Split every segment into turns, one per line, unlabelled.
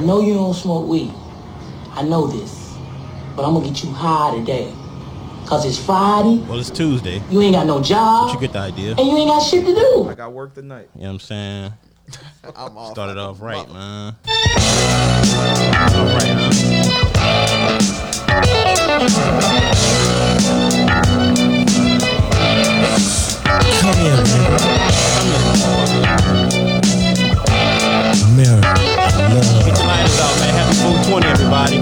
I know you don't smoke weed. I know this. But I'm gonna get you high today. Cause it's Friday,
Well, it's Tuesday.
you ain't got no
But
job,
you get the idea.
and you ain't got shit to do.
I got work tonight.
You know what I'm saying?
I'm off.
Started off right, man. All right, huh?
Come here, mirror. Mirror, I love
Get your lighters out, man. Happy 420, everybody.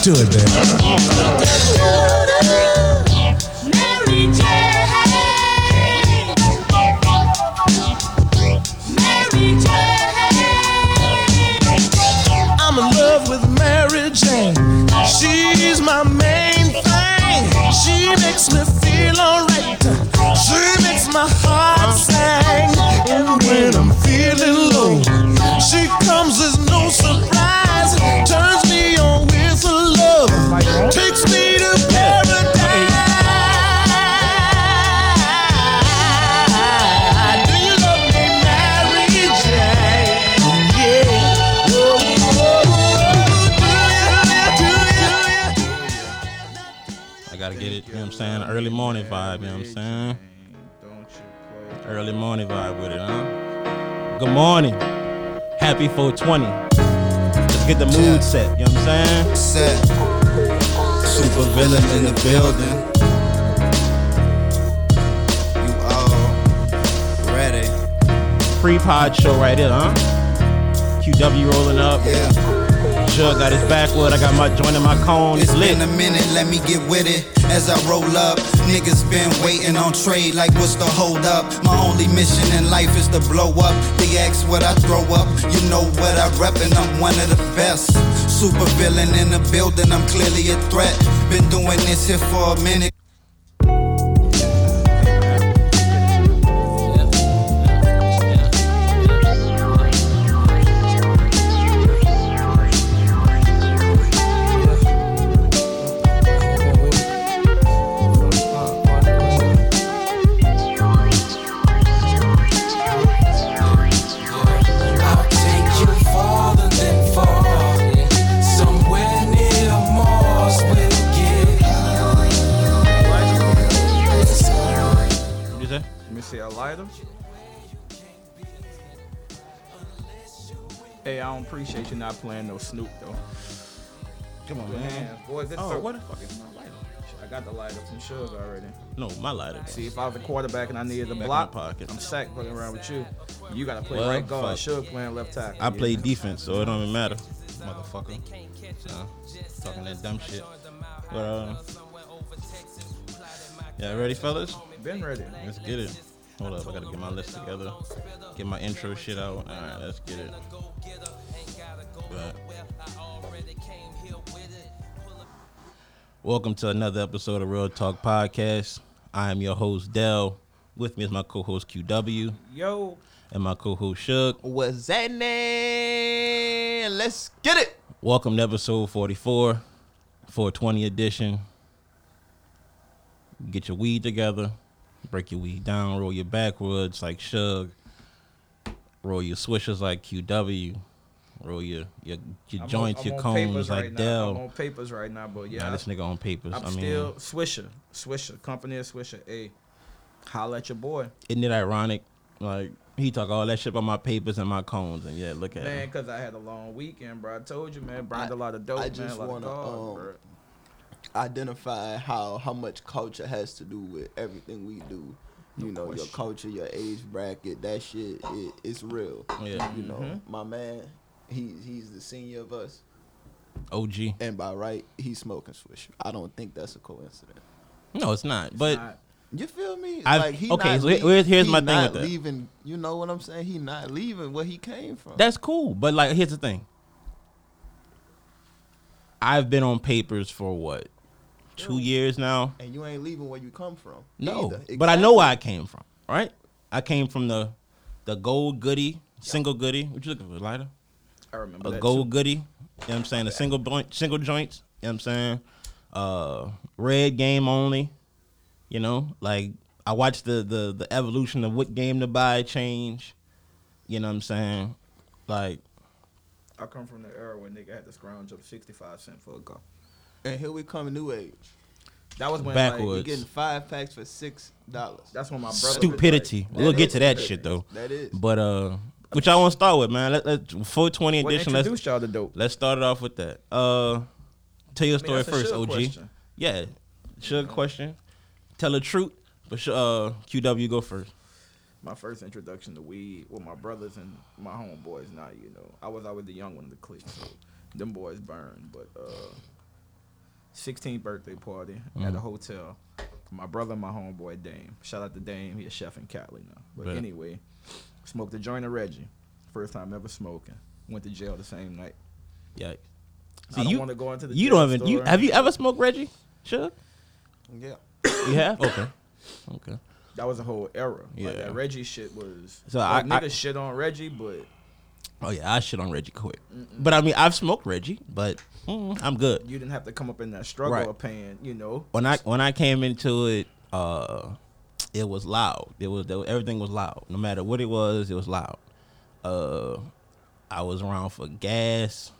Do it, man.
Mary Jane. Mary Jane.
I'm in love with Mary Jane. She's my main thing. She makes me feel alright. She makes my heart sing. And when I'm feeling low, she comes as no surprise. Turns me on with her love. Takes me to paradise. Do you love me, Mary Jane? Yeah. Oh, oh, oh, do you, do you, do you?
I gotta get it, you know what I'm saying? Early morning vibe, you know what I'm saying?
Don't you play.
Early morning vibe with it, huh? Good morning. Happy 420. Let's get the mood set, you know what I'm saying?
set. Super villain in the building. You all ready?
pre-pod show right here, huh? QW rolling up.
Yeah.
Jug got his backwood. I got my joint and my cone. It's
It's
lit.
been a minute, let me get with it. As I roll up, niggas been waiting on trade, like what's the hold up? My only mission in life is to blow up. They ask what I throw up, you know what I rep, and I'm one of the best. Super villain in the building, I'm clearly a threat. Been doing this here for a minute.
I'll take you farther than far. Somewhere near Mars we'll get.
What'd you say?
Let me see a lighter. Hey, I don't appreciate you not playing no Snoop though.
Come on,
Man, boy, this
Oh,
so-
what the fuck is my lighter?
I got the lighter from Suge already.
No, my lighter.
See, if I was a quarterback and I needed a
Back in
block,
my pocket.
I'm sacked fucking around with you. You gotta play
Well,
right guard.
fuck.
Suge playing left tackle.
I play defense, so it don't even matter. Motherfucker. Nah, talking that dumb shit. But, uh, yeah, ready, fellas?
Been ready.
Let's get it. Hold up, I gotta get my list together. Get my intro shit out. All right, let's get it. But- Welcome to another episode of Real Talk Podcast. I am your host, Dell. With me is my co-host QW
Yo,
and my co-host Shug.
What's that name? Let's get it.
Welcome to episode 44, 420 edition. Get your weed together, break your weed down, roll your backwoods like Shug, roll your swishers like QW, roll your your, your
I'm
joints,
on,
your
I'm on papers
cones like
right now.
Dell.
I'm on papers right now, but yeah,
Nah, this nigga on papers.
I'm
I mean,
still Swisher, Swisher, company of Swisher. Hey, holla at your boy,
isn't it ironic? Like he talk all that shit about my papers and my cones, and yeah, look at
man,
him.
because I had a long weekend, bro. I told you, man, burned a lot
Oh,
of dope,
I
man,
just
a lot
wanna,
of
um,
cards,
Identify how how much culture has to do with everything we do. You know, your
question.
culture, your age bracket, that shit, it, it's real.
Yeah. Mm-hmm.
You know, my man, he's he's the senior of us,
OG.
and by right, he's smoking Swisher. I don't think that's a coincidence.
No, it's not. But
bro.
You feel me?
I've- okay, so here- here's- here's
he
my thing
not
with that.
leaving. You know what I'm saying? He not leaving where he came from.
That's cool, but like, here's the thing. I've been on papers for what, two years now?
and you ain't leaving where you come from.
No,
either.
but I know
Exactly.
where I came from. Right? I came from the the gold goody, single goody. What you looking for, lighter?
I remember
A
that
gold goody. You know what I'm saying? A single joint, single joints. You know what I'm saying? Uh, red game only. You know, like I watched the the the evolution of what game to buy change. You know what I'm saying? Like
I come from the era where nigga had to scrounge up sixty five cent for a go.
And here we come, new age.
That was when
Backwoods.
Like,
You're getting five packs for six dollars.
that's when my brother. was like-
Stupidity. we'll get to that shit though.
That is.
But uh, which I want to start with, man. Let, let 420
What
edition. Let's
introduced y'all to dope?
let's start it off with that. Uh, tell your story
that's a
first,
Suge
OG.
question.
Yeah, sure question. Tell the truth, but Suge- uh, QW go first.
my first introduction to weed with my brothers and my homeboys. Now you know, I was always the young one of the clique, so them boys burned. But uh, 16th birthday party
Mm.
at a hotel. My brother, and my homeboy Dame. Shout out to Dame. He a chef in Cali now. But
Bet.
anyway, smoked a joint of Reggie. First time ever smoking. Went to jail the same night.
Yikes.
I don't wanna go into the
You
jail
don't even. You,
story.
have you ever smoked Reggie? Sure.
yeah.
You have. Okay. Okay.
That was a whole era.
Yeah.
Like that Reggie shit was.
So
like,
I- I-
niggas shit on Reggie, but
Oh yeah, I shit on Reggie quick. But I mean, I've smoked Reggie, but mm, I'm good.
you didn't have to come up in that struggle
Right.
of paying. You know,
when I when I came into it, uh, it was loud. It was, there was everything was loud. No matter what it was, it was loud. Uh, I was around for gas.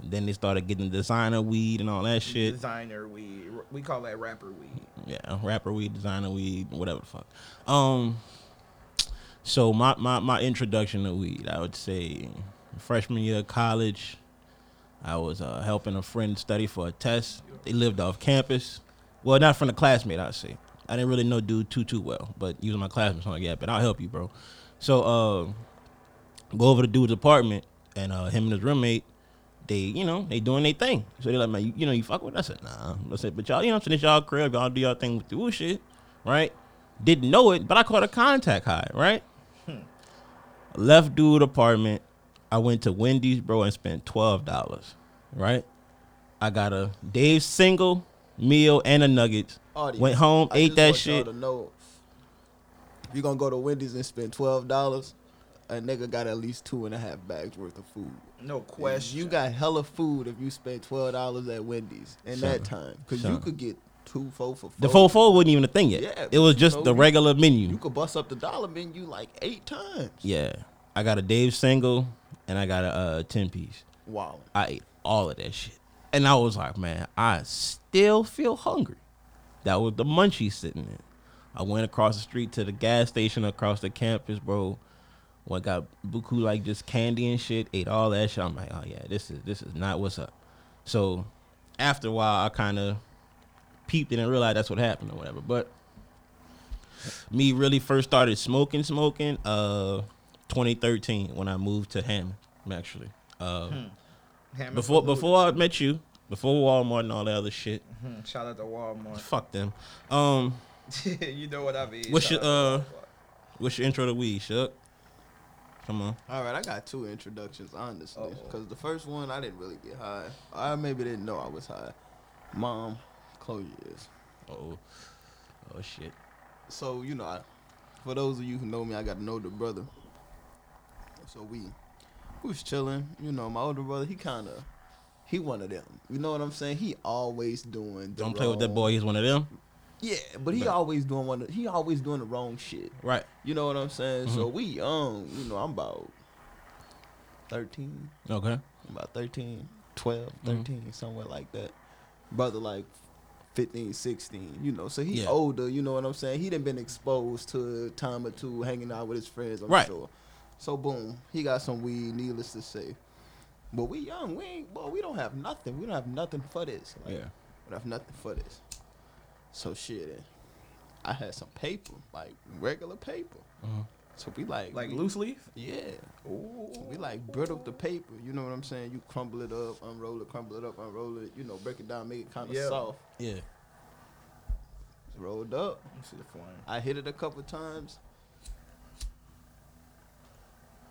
Then they started getting designer weed and all that shit.
designer weed. We call that rapper weed.
Yeah, rapper weed, designer weed, whatever the fuck. Um, so my my my introduction to weed, I would say, freshman year of college, I was uh, helping a friend study for a test. They lived off campus. Well, not from the classmate, I'd say. I didn't really know dude too too well, but using my classmates, I'm like, yeah, but I'll help you, bro. So, uh, go over to dude's apartment, and uh, him and his roommate, they, you know, they doing their thing. So they like, man, you, you know, you fuck with. us?" I said, nah. I said, but y'all, you know, what I'm saying, it's y'all crib, y'all do y'all thing with the woo shit, right? Didn't know it, but I caught a contact high, right?
Hmm.
Left dude apartment. I went to Wendy's, bro, and spent twelve dollars, right? I got a Dave's single meal and a nuggets.
Audience,
Went home,
Oh, I
ate
just
that
want y'all
shit.
To know, if you gonna go to Wendy's and spend twelve dollars, a nigga got at least two and a half bags worth of food.
No question.
You got hella food if you spend twelve dollars at Wendy's in
Son.
that time, cause you
Son.
could get two four for four.
The four four wasn't even a thing yet.
Yeah,
it was
you
just
know,
the
you-
regular menu.
You could bust up the dollar menu like eight times.
Yeah. I got a Dave single and I got a uh, 10 piece.
Wow.
I ate all of that shit. And I was like, man, I still feel hungry. That was the munchies sitting in. I went across the street to the gas station across the campus, bro. Went got buku like just candy and shit. Ate all that shit. I'm like, oh yeah, this is this is not what's up. So after a while, I kind of peeped and realized that's what happened or whatever. But me really first started smoking, smoking, uh, 2013 when I moved to Hammond, actually. Uh,
Hammond
before
Salute.
before I met you, before Walmart and all that other shit.
Hmm, Shout out to
Mm-hmm.
Walmart.
Fuck them. Um,
you know what I mean.
What's
Shout
your,
out to
uh, what's your intro to weed, Shuck? Come on.
All right, I got two introductions, honestly.
Uh-oh.
Because the first one, I didn't really get high. I maybe didn't know I was high. Mom, close your ears.
Oh, oh shit.
So, you know, I, for those of you who know me, I got an older brother. So we, we was chilling. You know, my older brother, he kind of, he one of them. You know what I'm saying? He always doing. The
Don't play with that
wrong-
boy. He's one of them.
Yeah, but he
Right.
always doing one. Of, he always doing the wrong shit.
Right. Mm-hmm.
You know what I'm saying? So we young. You know, I'm about thirteen.
Okay.
about 13, 12,
Mm-hmm.
13, somewhere like that. Brother, like 15, 16, you know. So he
Yeah.
older, you know what I'm saying? He done been exposed to a time or two hanging out with his friends, I'm
Right.
sure. So, boom, he got some weed, needless to say. But we young, we ain't, boy, we don't have nothing. We don't have nothing for this. Like,
Yeah.
We don't have nothing for this. So, shit, eh, I had some paper, like regular paper.
Uh-huh.
So we like,
Like
we-
loose leaf.
yeah.
Ooh.
We like brittle the paper, you know what I'm saying? You crumble it up, unroll it, crumble it up, unroll it, you know, break it down, make it kind of
Yeah.
soft.
Yeah.
It's rolled up.
Let me see the flame.
I hit it a couple times.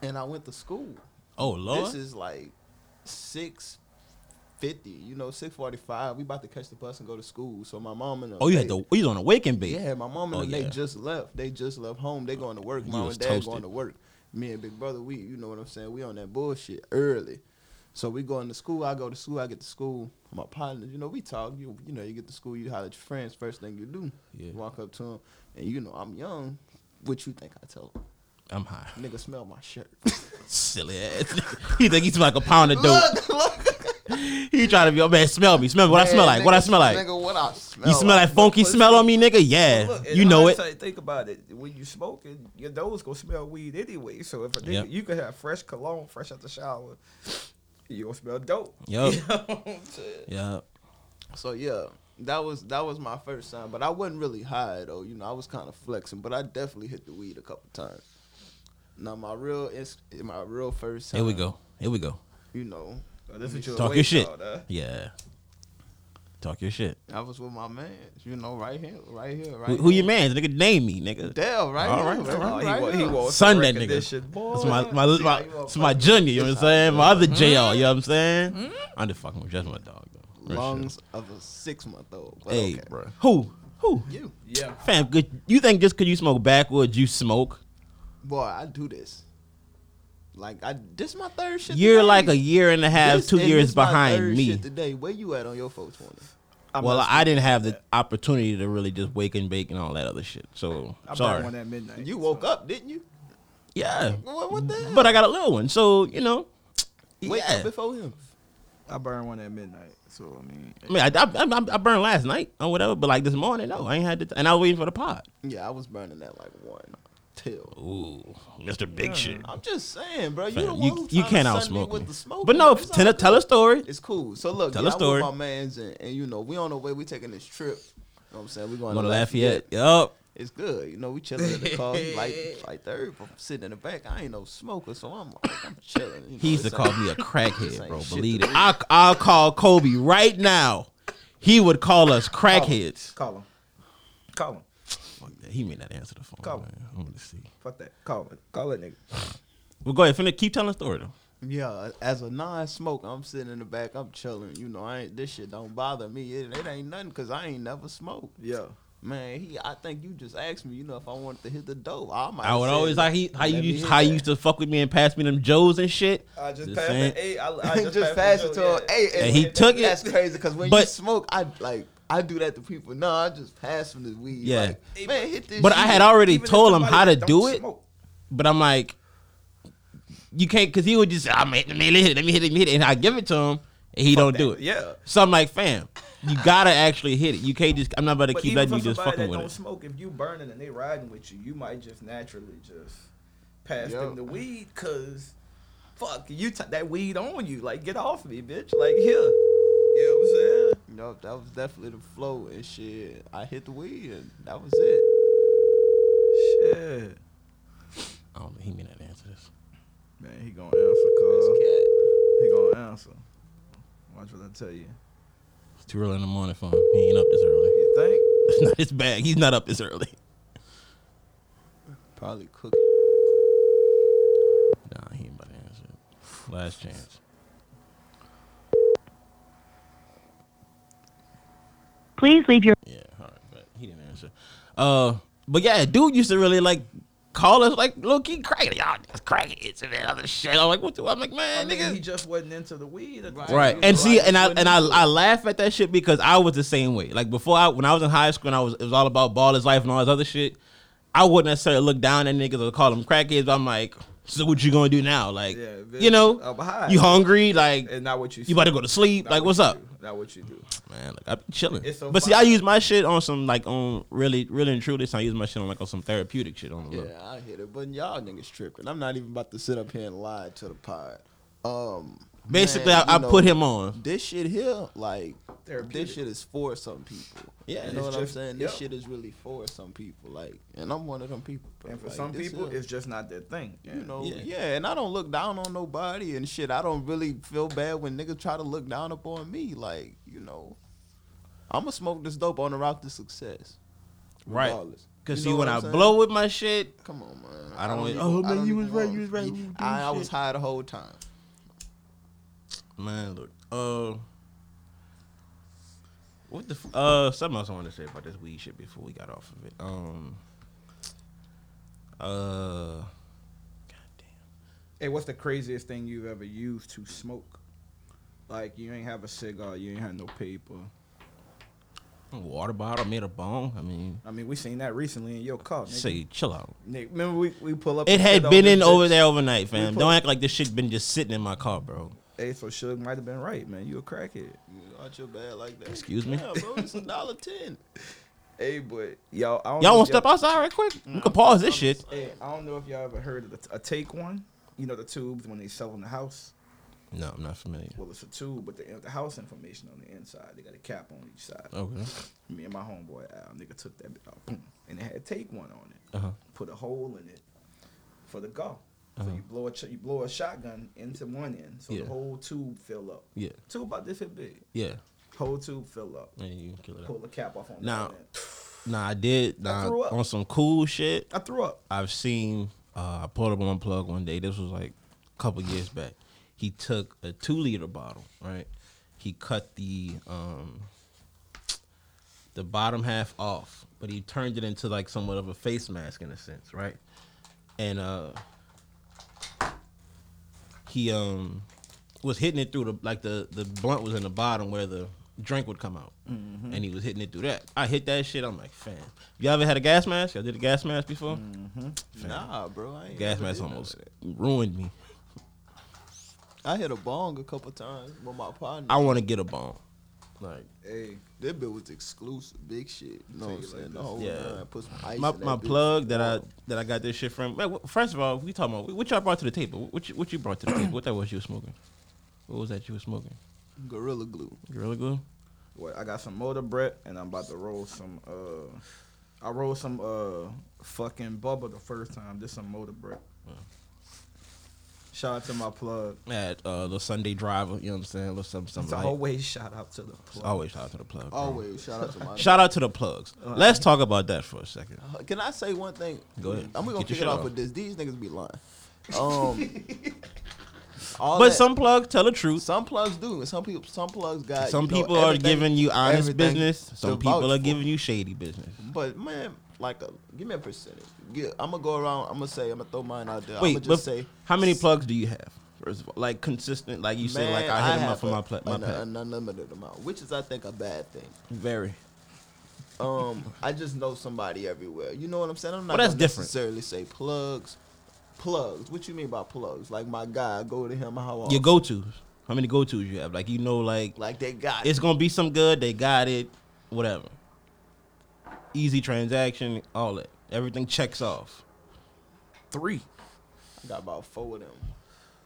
And I went to school.
Oh lord.
This is like 650, you know, 645. We about to catch the bus and go to school. So my mom and
oh, you had
they-
to. You was on a waking bait.
Yeah, my mom and
Oh,
them,
yeah.
they just left. They just left home. They going to work.
You
Mom
was
and dad
toasted.
going to work. Me and big brother, we, you know what I'm saying? We on that bullshit early. So we going to school. I go to school. I get to school. My partner, you know, we talk. You, you know, you get to school. You holler at your friends. First thing you do,
Yeah.
walk up to them, and you know, I'm young. What you think I tell 'em?
I'm high.
Nigga, smell my shirt.
Silly ass. he think he's like a pound of dope.
look, look.
He trying to be, oh man, smell me. Smell me. What I smell
Man,
like. What I
nigga,
smell like.
Nigga, what I smell
You smell that funky smell on me, nigga? Yeah.
Look, in
you know it.
hindsight, Think about it. When you smoking, your nose gonna smell weed anyway. So if a nigga,
Yep.
you could have fresh cologne, fresh out the shower, you gonna smell dope.
Yup. Yup.
So yeah, that was that was my first time, but I wasn't really high though. You know, I was kind of flexing, but I definitely hit the weed a couple times. Now my real ins- my real first time.
Here we go. Here we go.
You know,
So this what you
Talk
awake
your shit.
on, huh?
Yeah. Talk your shit.
I was with my man. You know, right here, right here, right.
Who, who
here.
your man's? Nigga, name me, nigga.
Dell, right?
All
here,
right, all
Oh,
right.
he
right
wa-
here.
he wants
Son
some
that
recognition,
nigga.
boy.
That's my my, my,
how you all
that's my junior, you know what I'm saying? My other JR, you know what I'm saying? I'm just fucking with just my dog though. Real
Hmm? Lungs of a six month old.
shit. Hey, bro. Who? Who?
You,
Yeah.
Fam, good. You think just cause you smoke backwards, you smoke?
boy, I do this. Like I, this my third shit.
You're
today.
like a year and a half,
This-
two
and
years
this my
behind
third
me.
Shit today, where you at on your 420?
I'm
well,
not
I didn't have the opportunity to really just wake and bake and all that other shit. So
I'm
sorry.
at midnight.
You woke up, didn't you?
Yeah,
What, what the hell?
but I got a little one, so you know.
Wake
yeah.
up before him.
I burned one at midnight. So I mean,
I mean, I, I, I, I burned last night or whatever, but like this morning, no, I ain't had to. And I was waiting for the pot.
Yeah, I was burning that like one till.
Ooh, Mr. Big Shit.
I'm just saying, bro. You
Fam,
the one
you-
who
you
trying
can't
to
outsmoke
sun me with
me.
the smoke.
But no,
It's
tell,
all
a- tell
good.
a story.
It's cool. So look,
Tell
yeah,
a
I'm
story.
with my man's and, and you know we on the way. We taking this trip. You know what I'm saying we going
Go to
to
Lafayette. Yup.
It's good. You know we chilling in the car. He like he like third, but I'm sitting in the back. I ain't no smoker, so I'm like I'm chilling. You know,
He used to
it's
call
like-
me a crackhead,
Same
bro.
shit
Believe
to
it. I, I'll call Kobe right now. He would call us crackheads.
call him. Call him.
Fuck that. He may not answer the phone.
Call.
man. I'm gonna see.
Fuck that. Call it. Call it, nigga.
Well, go ahead. Finna keep telling the story though.
Yeah, as a non-smoker, I'm sitting in the back. I'm chilling. You know, I ain't this shit don't bother me. It, it ain't nothing because I ain't never smoked.
Yeah.
Man, he. I think you just asked me. You know, if I wanted to hit the dope, I might.
I would
have
always
said,
like he, how you
"Let me
used,
hit
how you
that."
used to fuck with me and pass me them Joes and shit.
I just
Just
passed
saying.
the eight. I, I just, passed
just pass
the
it to
Joe,
him.
yeah.
Hey,
And he took it.
That's crazy because when you
But-
smoke, I like I do that to people. No, I just pass them the weed.
Yeah.
like, man, hit this.
But I
shit.
had already
Even if
told him
somebody
how to
don't
do it.
smoke.
But I'm like, you can't, cause he would just, I mean, let me hit it, let me hit it, let me hit it, and I give it to him, and he don't do it.
Yeah.
So I'm like, fam, you gotta actually hit it. You can't just. I'm not about to
But
keep letting
even for
you just
somebody
fucking
that
with
don't
it.
smoke, if you burning and they riding with you, you might just naturally just pass
Yo.
them the weed, cause fuck, you t- that weed on you. Like, get off me, bitch. Like here, you know what I'm saying?
No, that was definitely the flow and shit. I hit the weed and that was it.
Shit,
I don't, Oh, he may not answer this.
man, he gonna answer call.
Cat.
He gonna answer. Watch what I tell you.
It's too early in the morning for him. He ain't up this early.
You think?
It's not his bag. He's not up this early.
Probably cooking.
Nah, he ain't about to answer. it. Last chance.
Please leave your
Yeah, all right, but he didn't answer. Uh, but yeah, dude used to really like call us like low key crack. Y'all niggas crackheads and that other shit. I'm like, what the? I'm like, man,
nigga, he
nigga.
just wasn't into the weed. at the time.
Right,
He
and
was
see,
like,
and I
wasn't
and I,
into it.
I laugh at that shit because I was the same way. Like before, I when I was in high school, and I was it was all about ball is life and all this other shit. I wouldn't necessarily look down at niggas or call them crackheads. But I'm like, so what you gonna do now? Like,
Yeah, bitch,
you know,
I'm high.
you hungry? Like,
and not what you.
you about to go to sleep?
Not
Like, what's
you
up?
do. Not what you do.
man. Like I be chilling.
It's so
but see, I
fine.
use my shit on some like on really, really and truly. So I use my shit on like on some therapeutic shit on the low.
Yeah, I hit it. But y'all niggas tripping. I'm not even about to sit up here and lie to the pod. Um,
Basically,
man,
I, I
you know,
put him on.
This shit here, like
Therapeutic.
this shit is for some people.
Yeah,
you know
it's
what I'm
just-
saying. This
yeah.
shit is really for some people. Like, and I'm one of them people. bro.
And for
Like,
some
this
people,
here,
it's just not their thing.
you know,
Yeah.
yeah. and I don't look down on nobody and shit. I don't really feel bad when niggas try to look down upon me. Like, you know, I'ma smoke this dope on the route to success.
Right.
regardless.
Cause
You know
see, when
what
I
I'm saying?
blow with my shit,
Come on, man.
I don't really-
even-
Oh,
I
man,
don't
you
even
was right,
want-
you was right,
you-
we was doing
I, I was
shit.
high the whole time.
man. Look, uh, what the f- uh? Something else I wanted to say about this weed shit before we got off of it. Um, uh, goddamn.
Hey, what's the craziest thing you've ever used to smoke? Like you ain't have a cigar, you ain't had no paper.
Water bottle made a bone. I mean,
I mean, we seen that recently in your car. Nigga.
say, chill out.
Nigga, remember we, we pull up.
It
and
had
shit
been
over
in
the
over
shit?
there overnight, fam.
put-
Don't act like this shit been just sitting in my car, bro.
Hey, so Suge might have been right, man. You a crackhead.
You out your bag like that.
Excuse me?
Yeah, bro, it's a dollar ten.
Hey, but y'all, I don't know
Y'all want
if
to step outside right quick? We can pause this shit.
Hey, I don't know if y'all ever heard of the, a take one. You know the tubes when they selling the house.
No, I'm not familiar.
Well, it's a tube, but the, the house information on the inside. They got a cap on each side.
Okay.
Me and my homeboy Al, nigga, took that bit out, boom, and it had take one on it.
Uh-huh.
Put a hole in it for the golf. So you blow a ch- you blow a shotgun into one end, so
Yeah.
the whole tube fill up.
Yeah.
tube about this here big.
Yeah.
Whole tube fill up.
Yeah, you can kill it.
Pull the cap off on the
Now,
other end.
nah, I did. Nah,
threw up.
on some cool shit.
I threw up.
I've seen uh I pulled up on plug one day. This was like a couple years back. He took a two liter bottle, right? He cut the um the bottom half off, but he turned it into like somewhat of a face mask in a sense, right? And uh he um was hitting it through the like the the blunt was in the bottom where the drink would come out, and he was hitting it through that. I hit that shit. I'm like, fam, you ever had a gas mask? I did a gas mask before.
Nah, bro, I ain't.
Gas
never
mask
did none of
almost
that.
ruined me.
I hit a bong a couple times with my partner.
I want to get a bone. Like
Hey,
that bit was exclusive, big shit. You know what I'm
Take it like
saying?
this.
oh,
Yeah.
yeah. Put some ice
my,
in that
my
bitch.
plug that I that I got this shit from. Man, wh- First of all, we talking about what y'all brought to the table. What you, what you brought to the table? What that was you were smoking? What was that you were smoking?
Gorilla glue.
Gorilla glue.
what? I got some motor bread, and I'm about to roll some. uh I rolled some uh fucking bubble the first time. This some motor bread. Shout out to my plug.
At uh, the Sunday driver. You know what I'm saying? Little something
It's
something. light.
always shout out to the plug.
Always shout out to the plug. bro.
Always shout out to my.
Shout out to the plugs. Let's talk about that for a second.
Uh, Can I say one thing?
Go ahead.
I'm
Get
gonna
your
kick
shit
it off
off.
with this. These niggas be lying. Um, all
But
that-
some plugs tell the truth.
some plugs do, and some people some plugs got.
Some
uh, you know,
people are
everything-
giving you honest
everything
business. Some
to vouch
people are
for.
giving you shady business.
But man, like, a, give me a percentage. Yeah, I'm gonna go around. I'm gonna say. I'm gonna throw mine out there. I'm
Wait,
gonna
but
just say.
how many plugs do you have? First of all, like consistent, like you say, like
man,
I hit them
have
up for
a-
my pla- my
an,
pack.
an unlimited amount, which is I think a bad thing.
Very.
Um, I just know somebody everywhere. You know what I'm saying? I'm
Well,
not
that's
gonna
different.
necessarily say plugs. Plugs. What you mean by plugs? Like my guy, I go to him. How often?
Your go tos. How many go tos you have? Like you know, like
Like they got
it's gonna be some good. They got it. Whatever. Easy transaction. All that. Everything checks off.
Three.
I got about four of them.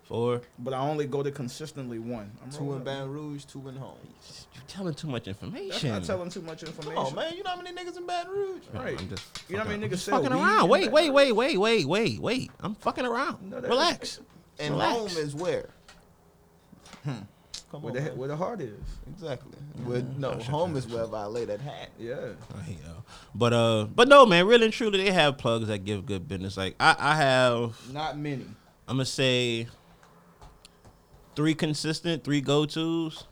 Four.
But I only go to consistently one. I'm
Two
rolling
in
up.
Baton Rouge, two in home.
You telling too much
That's
information.
not telling too much information.
Come on, Oh, man. You know how many niggas in Baton Rouge?
Right.
I'm just
you know how many
fucking-
niggas sell
fucking
weed
around.
in
Wait,
Baton
wait,
Rouge?
wait, wait, wait, wait, wait. I'm fucking around.
No, that-
Relax.
And
Relax.
home is where? Come
Where
on.
the, he-
man.
where the heart is.
exactly. Where, no, home is wherever I lay that hat.
Yeah.
I hate y'all. But uh, but no, man. Real and truly, they have plugs that give good business. Like I, I have.
Not many.
I'm gonna say three consistent, three go tos.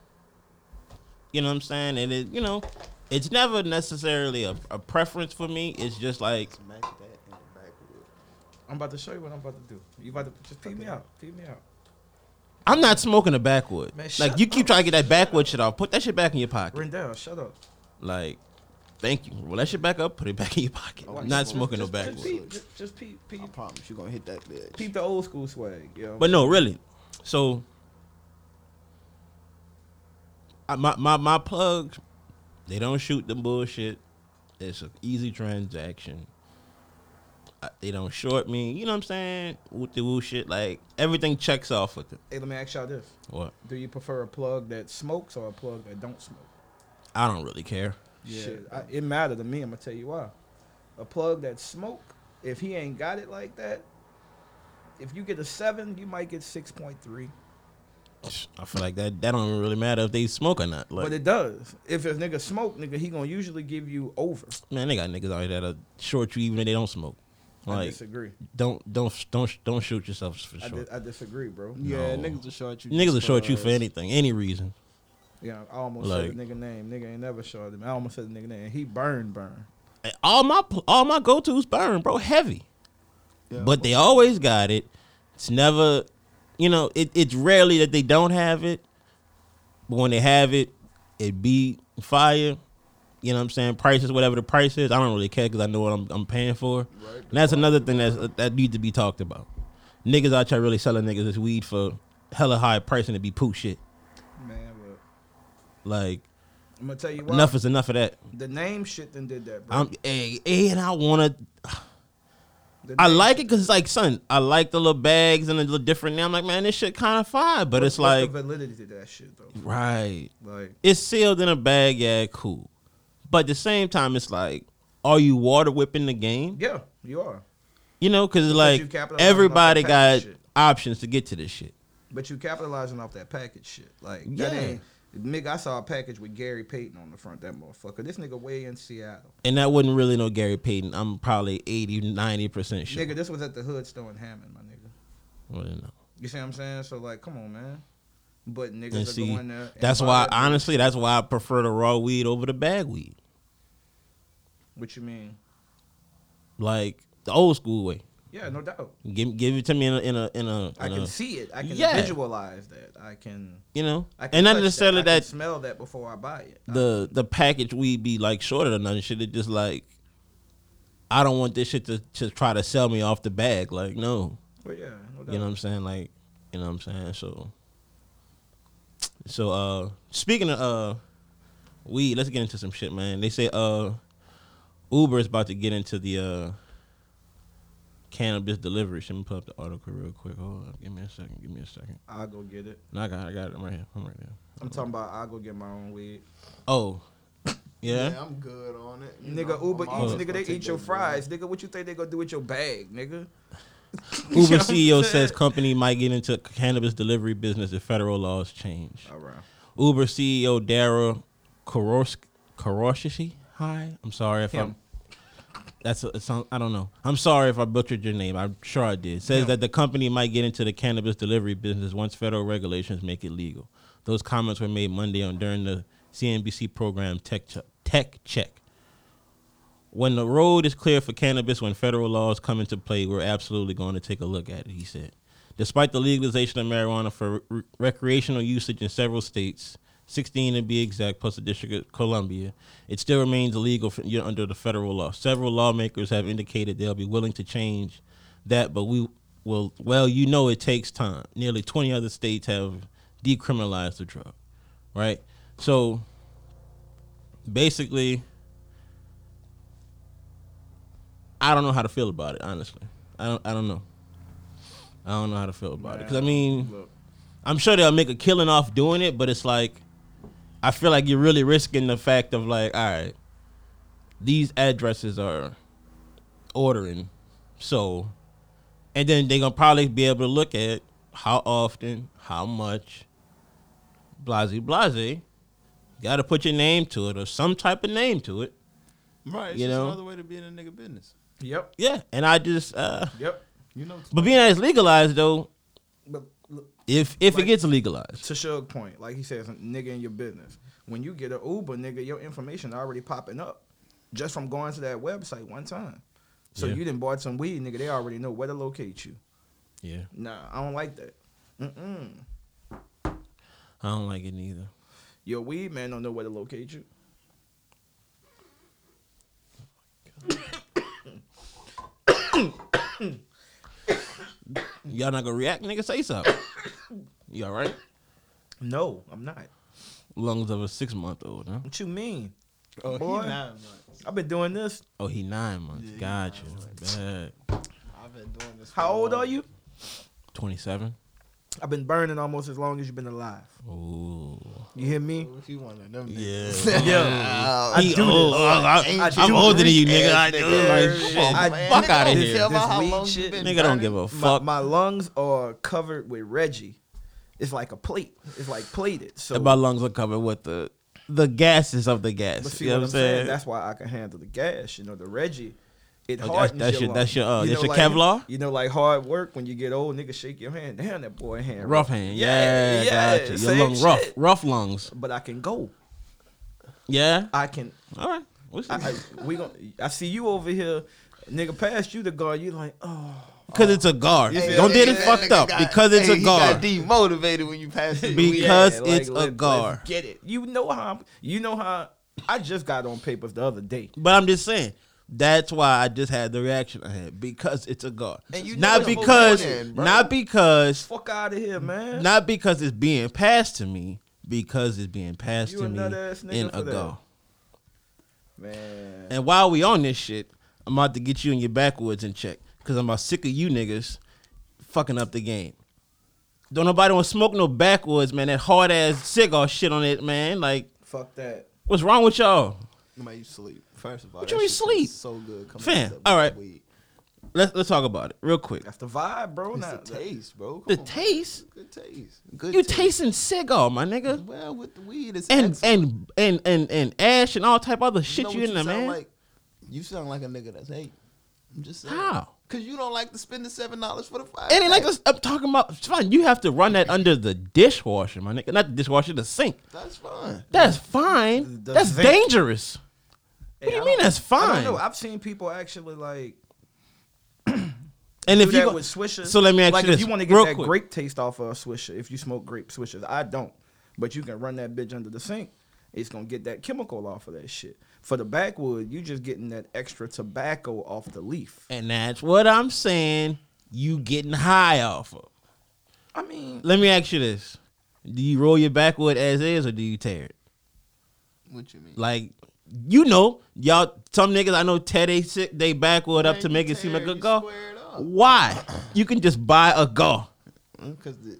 You know what I'm saying? And it, you know, it's never necessarily a, a preference for me. It's just like
Smack that in the backwood.
I'm about to show you what I'm about to do. You about to just feed me out. Feed me out.
I'm not smoking a backwood.
Man,
like
shut
you keep
up.
trying to get that backwood shit off. Put that shit back in your pocket.
Rendell, shut up.
Like, thank you. Roll that shit back up. Put it back in your pocket.
Oh, I
not
just-
smoking
just,
no
Just
backwood.
peep, just, just peep, peep,
I promise you gonna hit that bitch.
peep the old school swag, yo.
But no, really. So I, my my my plugs, they don't shoot the bullshit. It's an easy transaction. I, they don't short me. You know what I'm saying? With the woo shit, like everything checks off with it.
hey, let me ask y'all this.
What?
Do you prefer a plug that smokes or a plug that don't smoke?
I don't really care.
Shit, I, it matter to me. I'm gonna tell you why. A plug that smoke, if he ain't got it like that, if you get a seven, you might get six point three.
I feel like that that don't really matter if they smoke or not. Like
But it does. If a nigga smoke, nigga, he gonna usually give you over.
man, they got niggas out here that'll short you even if they don't smoke.
I
Like
disagree.
don't don't don't don't shoot yourself for
I,
sure.
di- I disagree, bro.
Yeah,
No.
niggas will short you.
Niggas will
just
short you for
cause.
anything, any reason.
Yeah, I almost
Like-
said the nigga name. Nigga ain't never shot him. I almost said the nigga name. He burned, burn.
all my pl- all my go tos burn, bro, heavy.
Yeah.
but they always got it. It's never, you know, it, it's rarely that they don't have it. But when they have it, it be fire. You know what I'm saying? Prices, whatever the price is, I don't really care because I know what I'm, I'm paying for. And that's another thing that's, that needs to be talked about. Niggas out here really selling niggas this weed for hella high price and it be poo shit.
Man, look.
Like,
I'm gonna tell you why.
enough is enough of that.
the name shit then did that, bro.
I'm, hey, hey, and I want to
The
I
name-
like it because it's like, son, I like the little bags and the little different. Now I'm like, man, this shit kind of fine, but it's
what's the
like,
validity to that shit though.
right,
Like,
it's sealed in a bag, yeah, cool. But at the same time, it's like, are you water whipping the game?
yeah, you are,
You know, because like
you capitalizing off
everybody
the
got
package shit.
options to get to this shit.
but you capitalizing off that package shit. Like, that
Yeah.
ain't. Nigga, I saw a package with Gary Payton on the front. That motherfucker. This nigga way in Seattle.
And that wasn't really no Gary Payton. I'm probably 80, 90% sure.
Nigga, this was at the hood store in Hammond, my nigga.
Wouldn't know.
You see what I'm saying? So like, come on, man. But niggas
And
are
see,
going there. and
that's
buy
why,
that-
honestly, that's why I prefer the raw weed over the bag weed.
What you mean?
Like the old school way.
Yeah, no doubt.
Give, give it to me in a, in a, in a, in
I can
a
see it. I can
uh, Yeah.
visualize that. I can.
you know,
I can
and not
touch
necessarily
I can
that,
smell that before I buy it. I-
the the package weed be like shorter than nothing. Shit, it just like I don't want this shit to to try to sell me off the bag. Like no,
well, yeah, no doubt.
you know what I'm saying? Like you know what I'm saying? So so uh, speaking of uh, weed, let's get into some shit, man. They say uh, Uber is about to get into the uh. Cannabis delivery. Let me pull up the article real quick. Hold up. Give me a second. Give me a second.
I'll go get it.
No, I got. It. I got it. I'm right here. I'm right here.
I'm talking about I'll go get my own weed.
Oh, yeah.
Yeah, I'm good on it. You
Nigga,
know,
Uber
I'm always
Eats, nigga,
gonna
they
take
eat your
that
fries. Nigga, what you think they gonna do with your bag, nigga? You know
Uber
what I'm
CEO
saying?
says company might get into cannabis delivery business if federal laws change.
All right.
Uber CEO Dara Karosh- Karoshishi. Hi, I'm sorry if
Him.
I'm. That's a, it sound, I don't know. I'm sorry if I butchered your name. I'm sure I did. Says that the company might get into the cannabis delivery business once federal regulations make it legal. Those comments were made Monday on during the CNBC program Tech Check. Tech Check. When the road is clear for cannabis, when federal laws come into play, we're absolutely going to take a look at it, he said. Despite the legalization of marijuana for re- recreational usage in several states, 16 to be exact, plus the District of Columbia, it still remains illegal for, you know, under the federal law. Several lawmakers have indicated they'll be willing to change that, but we will, well, you know, it takes time. Nearly 20 other states have decriminalized the drug, right? So basically, I don't know how to feel about it. Honestly, I don't. I don't know. I don't know how to feel about it because I mean,
Look,
I'm sure they'll make a killing off doing it, but it's like, I feel like you're really risking the fact of like, all right, these addresses are ordering, so, and then they're gonna probably be able to look at how often, how much, blase blase. Got to put your name to it or some type of name to it.
Right, it's
You
just
know?
another way to be in a nigga business.
Yep.
Yeah, and I just uh
Yep.
You know,
But being that it's legalized though,
But look,
if if
Like-
it gets legalized,
to Suge's point, like he says, nigga in your business. When you get an Uber, nigga, your information already popping up just from going to that website one time. So
Yeah.
you didn't bought some weed, nigga. They already know where to locate you.
yeah,
Nah, I don't like that. Mm-mm.
I don't like it neither.
Your weed man don't know where to locate you.
Y'all not gonna react, nigga. Say something. you all right?
No, I'm not.
Lungs of a six month old, huh?
What you mean?
oh,
boy.
he nine months.
I've been doing this.
Oh, he nine months.
Yeah,
gotcha.
he
Bad.
I've been doing this. For
How
a
old
while.
are you?
Twenty seven.
I've been burning almost as long as you've been alive.
Ooh.
You hear me?
He one of them. niggas.
Yeah.
Yeah.
I do old. I,
I
am
do
older than you, nigga.
Ass
I do. Like,
nigga.
shit,
I-
fuck out of
Don't
here.
tell about
This
how
weed
long you
shit.
been
Nigga don't
burning.
give a
My,
fuck.
my lungs are covered with Reggie. It's like a plate. It's like plated. So
my lungs are covered with the the gases of the
But
gas.
see
You know
what I'm saying? That's why I can handle the gas. You know, the Reggie, it
Oh, that's-
hardens
that's
your,
your-
lung.
that's your, uh,
you
that's
know,
your
like-
Kevlar?
You know, like hard work when you get old, niggas shake your hand. Damn, that boy hand
Rough hand, yeah, gotcha. Your
same
lung rough,
shit.
rough lungs.
But I can go.
Yeah.
I can.
All right. What's
I, I, we gon' I see you over here, nigga. Past you the guard. You like, oh,
Because it's a guard.
You see
Don't
that
get
nigga-
it
that
fucked
nigga
up.
got-
Because it's
hey,
a guard.
He got demotivated when you pass
Because-
the weed.
yeah,
it's a
let's- let's
guard.
Get it? You know how? I'm, you know how I just got on papers the other day.
But I'm just saying. That's why I just had the reaction I had because it's a guard.
And you know
not
it's
because,
Jordan, bro.
not because,
Fuck out of here, man.
not because it's being passed to me. Because it's being passed
You
to
a
me
nut-ass nigga
in
for
a
that.
guard.
Man.
And while we on this shit, I'm about to get you in your backwoods in check because I'm about sick of you niggas fucking up the game. Don't nobody want to smoke no backwoods, man. That hard ass cigar shit on it, man. Like,
Fuck that.
what's wrong with y'all?
Nobody sleep. First of all,
What
that
you mean
shit
sleep?
tastes So good. coming
Fam,
out of
all
that
right.
weed.
Let's let's talk about it real quick.
That's the vibe, bro.
It's
Nah,
the taste, bro. Come
The
on.
taste,
Good taste. Good.
you tasting cigar, my nigga,
Well, with the weed, it's
and
excellent.
and and and and ash and all type of other shit
know
you
what
in there,
sound
man.
Like? You sound like a nigga that's hate. I'm just saying.
How?
Cause you don't like to spend the seven dollars for the five.
And it like
pack.
this, I'm talking about. It's fine. You have to run that under the dishwasher, my nigga. Not the dishwasher, the sink.
that's fine.
That's fine.
The
that's
zinc.
dangerous.
Hey,
what do
I
you mean
don't-
that's
I
fine?
don't know. I've seen people actually like
and
do
if you
that
go,
with swishers.
so let me ask
like
you
if
this,
you want to get
real
that
quick.
grape taste off of a swisher, if you smoke grape swishers, I don't. But you can run that bitch under the sink. It's gonna get that chemical off of that shit. For the backwood, you just getting that extra tobacco off the leaf.
and that's what I'm saying. You getting high off of.
I mean,
Let me ask you this: Do you roll your backwood as is, or do you tear it?
What you mean?
Like you know, y'all some niggas I know tear they si- they backwood up
Man,
to
you
make it seem
tear,
like a
you
go.
square it up.
Why? You can just buy a go.
Cause the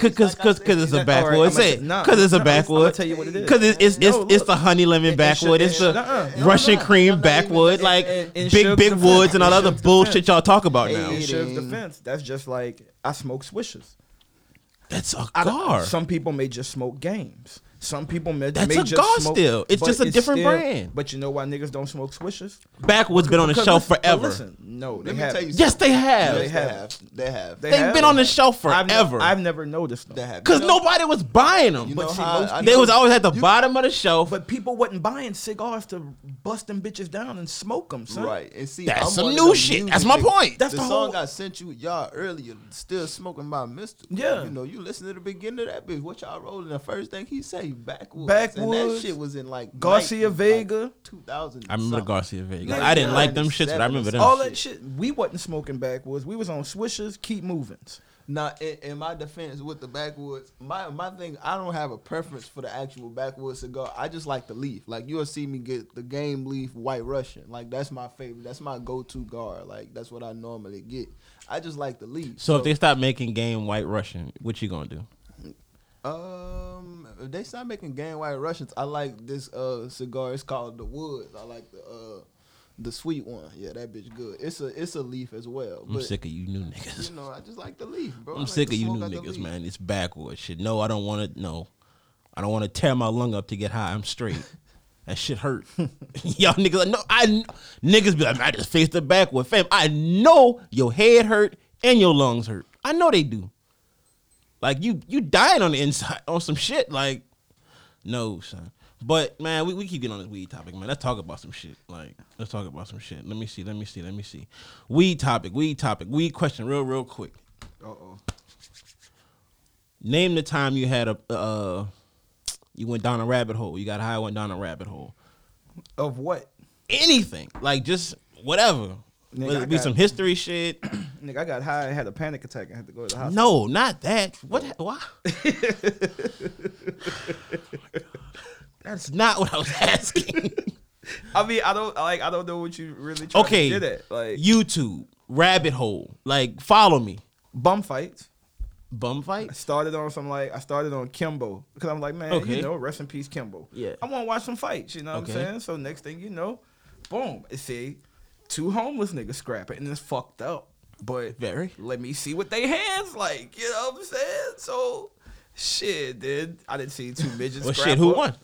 Cause, cause,
like I
cause,
said,
'cause it's a
that- all right,
backwood.
I'ma
Say
t- nah,
because it's a
nah, I'ma- I'ma
backwood.
tell you what it is.
Cause it's it's it's,
No,
it's the
look.
honey lemon
And- and
backwood.
sugar-
It's the
and- uh-uh.
Russian
I'm not-
cream
I'm not even-
backwood. Like
and- and
big
sugar
big
defense.
woods and all
And
the other
sugar
bullshit
defense.
y'all talk about now.
in Sheriff's
Eating.
defense, that's just like I smoke swishers.
That's a
I don't-
gar.
Some people may just smoke games. Some people may,
That's
may
a
just
gar
smoke,
still. It's
but
just a different
still-
brand.
But you know why niggas don't smoke swishers?
Backwood's been on the
Because
shelf
listen- but
forever.
Listen, no, they
Let me
have.
tell you
Yes, they have.
Yes,
They have.
They have.
They
They've
have.
been on the shelf
I've ne-
forever.
I've never noticed them.
They have.
Cause
You know-
nobody was buying them.
You
But
know
see,
how
most-
I
they
know-
was always at the bottom of the shelf.
But people wasn't buying cigars to bust them bitches down and smoke them, son.
Right. And see,
That's
I'm
some
one of
new
them
shit.
music
That's my
niggas.
point.
That's
the,
the
song
whole-
I sent you y'all earlier, still smoking by Mister.
Yeah.
You know, you listen to the beginning of that bitch. What y'all rolling? The first thing he say, backwoods. And that
Backwoods,
shit was in like
Garcia Vega.
two thousand.
I remember the Garcia Vegas.
Nigga,
I didn't
yeah.
like them shits, but I remember them.
All
shits.
that shit, we wasn't smoking backwards. We was on swishers, keep movings.
Now, in, in my defense with the backwoods, my my thing, I don't have a preference for the actual backwoods cigar. I just like the leaf. Like you'll see me get the game leaf White Russian. Like that's my favorite. That's my go-to gar. Like that's what I normally get. I just like the leaf.
So if they stop making game White Russian, what you gonna do?
Um, if they start making gang white Russians, I like this uh cigar. It's called the Woods. I like the uh the sweet one. Yeah, that bitch good. It's a it's a leaf as well.
I'm
but,
sick of you new niggas.
You know, I just like the leaf, bro. I
I'm
like
sick
the
of you
smoke
new
out the
niggas,
leaf.
man. It's backward shit. No, I don't want to. No, I don't want to tear my lung up to get high. I'm straight. that shit hurt. Y'all niggas, like, no, I kn- niggas be like, man, I just faced the backward, fam. I know your head hurt and your lungs hurt. I know they do. Like you, you dying on the inside on some shit. Like, no, son. But man, we, we keep getting on this weed topic, man. Let's talk about some shit. Like, let's talk about some shit. Let me see. Let me see. Let me see. Weed topic. Weed topic. Weed question. Real, real quick.
Uh oh.
Name the time you had a uh you went down a rabbit hole. You got high, went down a rabbit hole.
Of what?
Anything. Like just whatever.
Nigga,
Whether
I
it be
got-
some history shit.
Nigga, I got high and had a panic attack and had to go to the hospital.
no, not that. What ha- why? That's not what I was asking.
I mean, I don't like. I don't know what you really trying
okay.
to get at. Like
YouTube, rabbit hole. Like follow me.
bum fights.
Bum
I
fight?
started on some like I started on Kimbo because I'm like, man,
Okay.
you know, rest in peace, Kimbo.
Yeah.
I want to watch some fights. You know what
Okay.
I'm saying? So next thing you know, boom, it see two homeless niggas scrapping and it's fucked up. But
Very.
let me see what they hands like. You know what I'm saying? So shit, dude, I didn't see two midgets.
Well
scrap
shit, who
up.
won?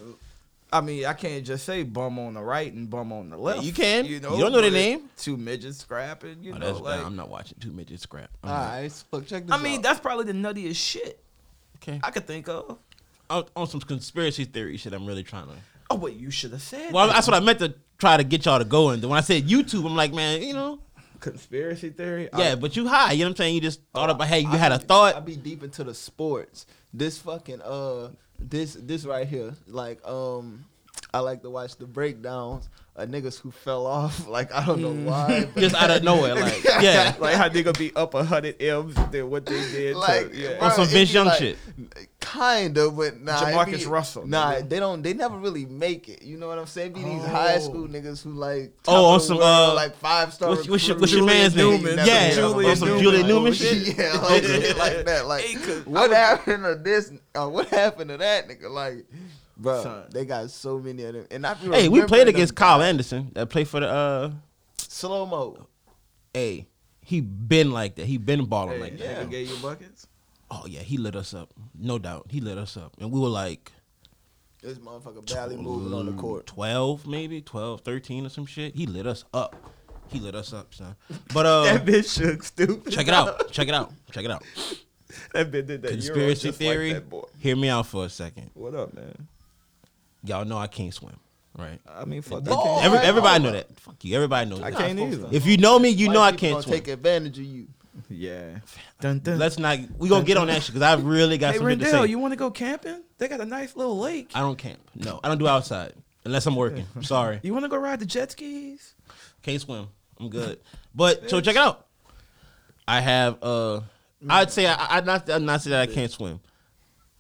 I mean, I can't just say bum on the right and bum on the left.
you can. You don't know
but
their name.
Two midgets scrapping. You
Oh,
know,
that's
like
bad. I'm not watching two midget scrap. I'm
All
not.
right, so look, check this.
I mean,
out.
that's probably the nuttiest shit
Okay.
I could think of.
on, on some conspiracy theory shit. I'm really trying to.
Oh, wait, you should have said.
Well,
that.
that's what I meant to try to get y'all to go into. When I said YouTube, I'm like, man, you know,
conspiracy theory.
yeah, but you high. You know what I'm saying? You just thought about hey, you had a thought.
I be deep into the sports. This fucking uh, this this right here, like um, I like to watch the breakdowns of niggas who fell off. Like I don't know why. but-
Just out of nowhere, like yeah.
like how nigga be up a hundred M's than what they did.
like
to, yeah.
bro,
On some
it
Vince
be
Young
like-
shit.
Kinda, but nah. it
Jamarcus Russell,
Nah,
nigga. Oh.
they don't. They never really make it. You know what I'm saying? Be these high school niggas who like top
Oh, on
of the
some,
world,
uh,
like five star.
What's, what's your, what's your man's name?
Newman. That's
Yeah,
what Julian
on some Julian
Newman.
Newman shit.
Yeah, like, shit like that. Like, what happened to this? Uh, what happened to that nigga? Like, bro,
Son.
they got so many of them. And I
Hey, we played against Kyle Anderson. That played for the uh.
slow mo.
Hey, he been like that. He been balling
Hey,
like that.
nigga gave you buckets.
Oh yeah, he lit us up. No doubt, he lit us up, and we were like
This motherfucker barely moving on the court.
twelve, maybe 12, 13 or some shit. He lit us up. He lit us up, son. But uh,
That bitch shook stupid.
check it out. Check it out. Check it out.
That bitch did that. Euro
Conspiracy
just like
theory.
that boy.
Hear me out for a second.
What up, man?
Y'all know I can't swim, right?
I mean, fuck.
Oh,
Uh, I
Every,
right,
everybody
oh.
know that. Fuck you. Everybody knows.
can't, I
that.
can't either.
If you know me, you know I
people
can't
gonna
swim.
take advantage of you.
yeah. Dun, dun.
Let's not. We gonna get on that shit because I really got
hey,
something to
Rendell,
say.
you want to go camping? They got a nice little lake.
I don't camp. No, I don't do outside unless I'm working. I'm sorry.
You want to go ride the jet skis?
Can't swim. I'm good. But so check it out. I have uh
Mm.
I'd say I I not I'd not say that I can't swim.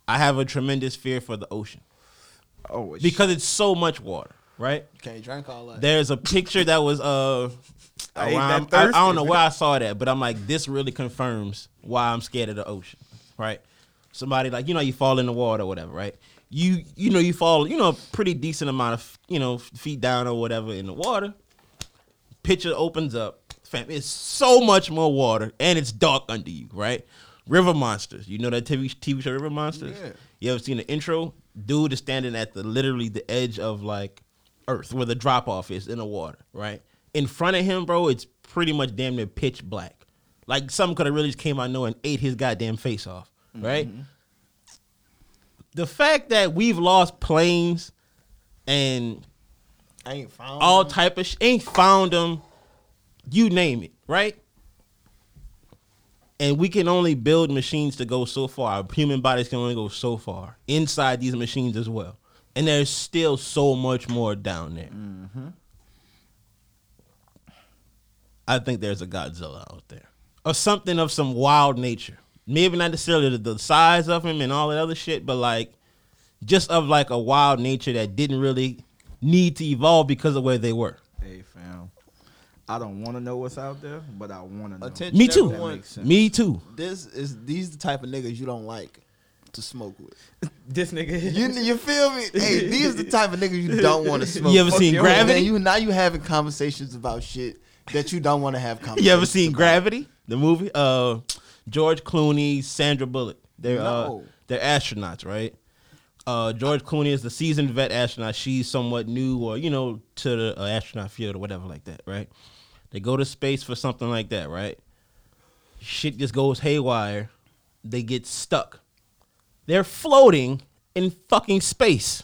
I have a tremendous fear for the ocean
Oh, well,
because it's so much water, right?
Can't drink all that.
There's a picture that was uh
I ain't
around-
that
I, I don't
thirsty.
know where I saw that, but I'm like this really confirms why I'm scared of the ocean, right? Somebody like you know you fall in the water or whatever, right? You you know you fall you know a pretty decent amount of you know feet down or whatever in the water. Picture opens up, fam. It's so much more water and it's dark under you, right? River Monsters, you know that TV, TV show River Monsters.
Yeah.
You ever seen the intro? Dude is standing at the literally the edge of like earth where the drop off is in the water, right? In front of him, bro, it's pretty much damn near pitch black. Like something could have really just came out of nowhere and ate his goddamn face off, right? The fact that we've lost planes and
I ain't found
all
them.
type of sh- ain't found them, you name it, right? And we can only build machines to go so far. Our human bodies can only go so far inside these machines as well. And there's still so much more down there. I think there's a Godzilla out there or something of some wild nature. Maybe not necessarily the, the size of him and all that other shit, but like just of like a wild nature that didn't really need to evolve because of where they were.
Hey, fam. I don't want to know what's out there, but I want to know.
Attention.
Me
That
too.
makes sense.
Me too.
This is these the type of niggas you don't like to smoke with.
This nigga.
You, you feel me? Hey, these the type of niggas you don't want to smoke.
You ever
with.
seen
And
Gravity?
then You now you having conversations about shit that you don't want to have conversations.
You ever seen
about.
Gravity? The movie? Uh George Clooney, Sandra Bullock. They're
No.
uh they're astronauts, right? Uh George Clooney is the seasoned vet astronaut. She's somewhat new or, you know, to the uh, astronaut field or whatever like that, right? They go to space for something like that, right? Shit just goes haywire. They get stuck. They're floating in fucking space.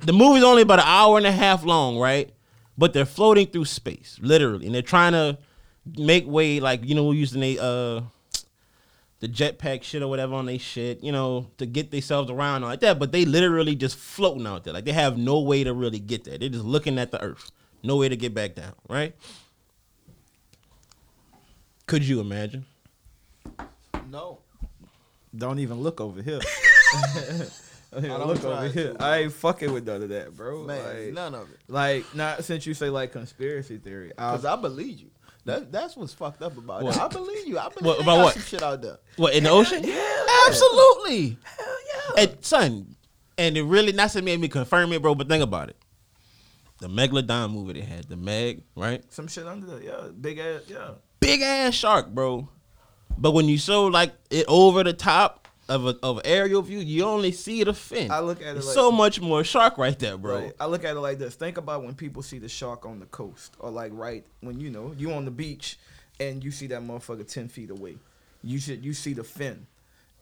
the movie's only about an hour and a half long, right? But they're floating through space, literally, and they're trying to make way, like you know, we using the uh, the jetpack shit or whatever on they shit, you know, to get themselves around and like that. But they literally just floating out there, like they have no way to really get there. They're just looking at the earth, no way to get back down, right? Could you imagine?
No.
Don't even look over here. don't even
I don't
look
try
over here.
to.
I ain't fucking with none of that, bro.
Man,
like,
none of it.
like, not since you say like conspiracy theory. I,
Cause I believe you. That, that's what's fucked up about
What?
it. I believe you. I believe
What-
they
about
got
what?
some shit out there.
What in the ocean? Absolutely. Hell yeah. And son, and it really not to make me confirm it, bro. But think about it. The Megalodon movie they had, the Meg, right?
some shit under there. Yeah, big ass. Yeah.
Big ass shark, bro. But when you show like it over the top of a of an aerial view, you only see the fin.
I look at it
It's
like-
so much more shark right there, bro.
Right. I look at it like this. Think about when people see the shark on the coast, or like right when you know you on the beach and you see that motherfucker ten feet away. You should you see the fin,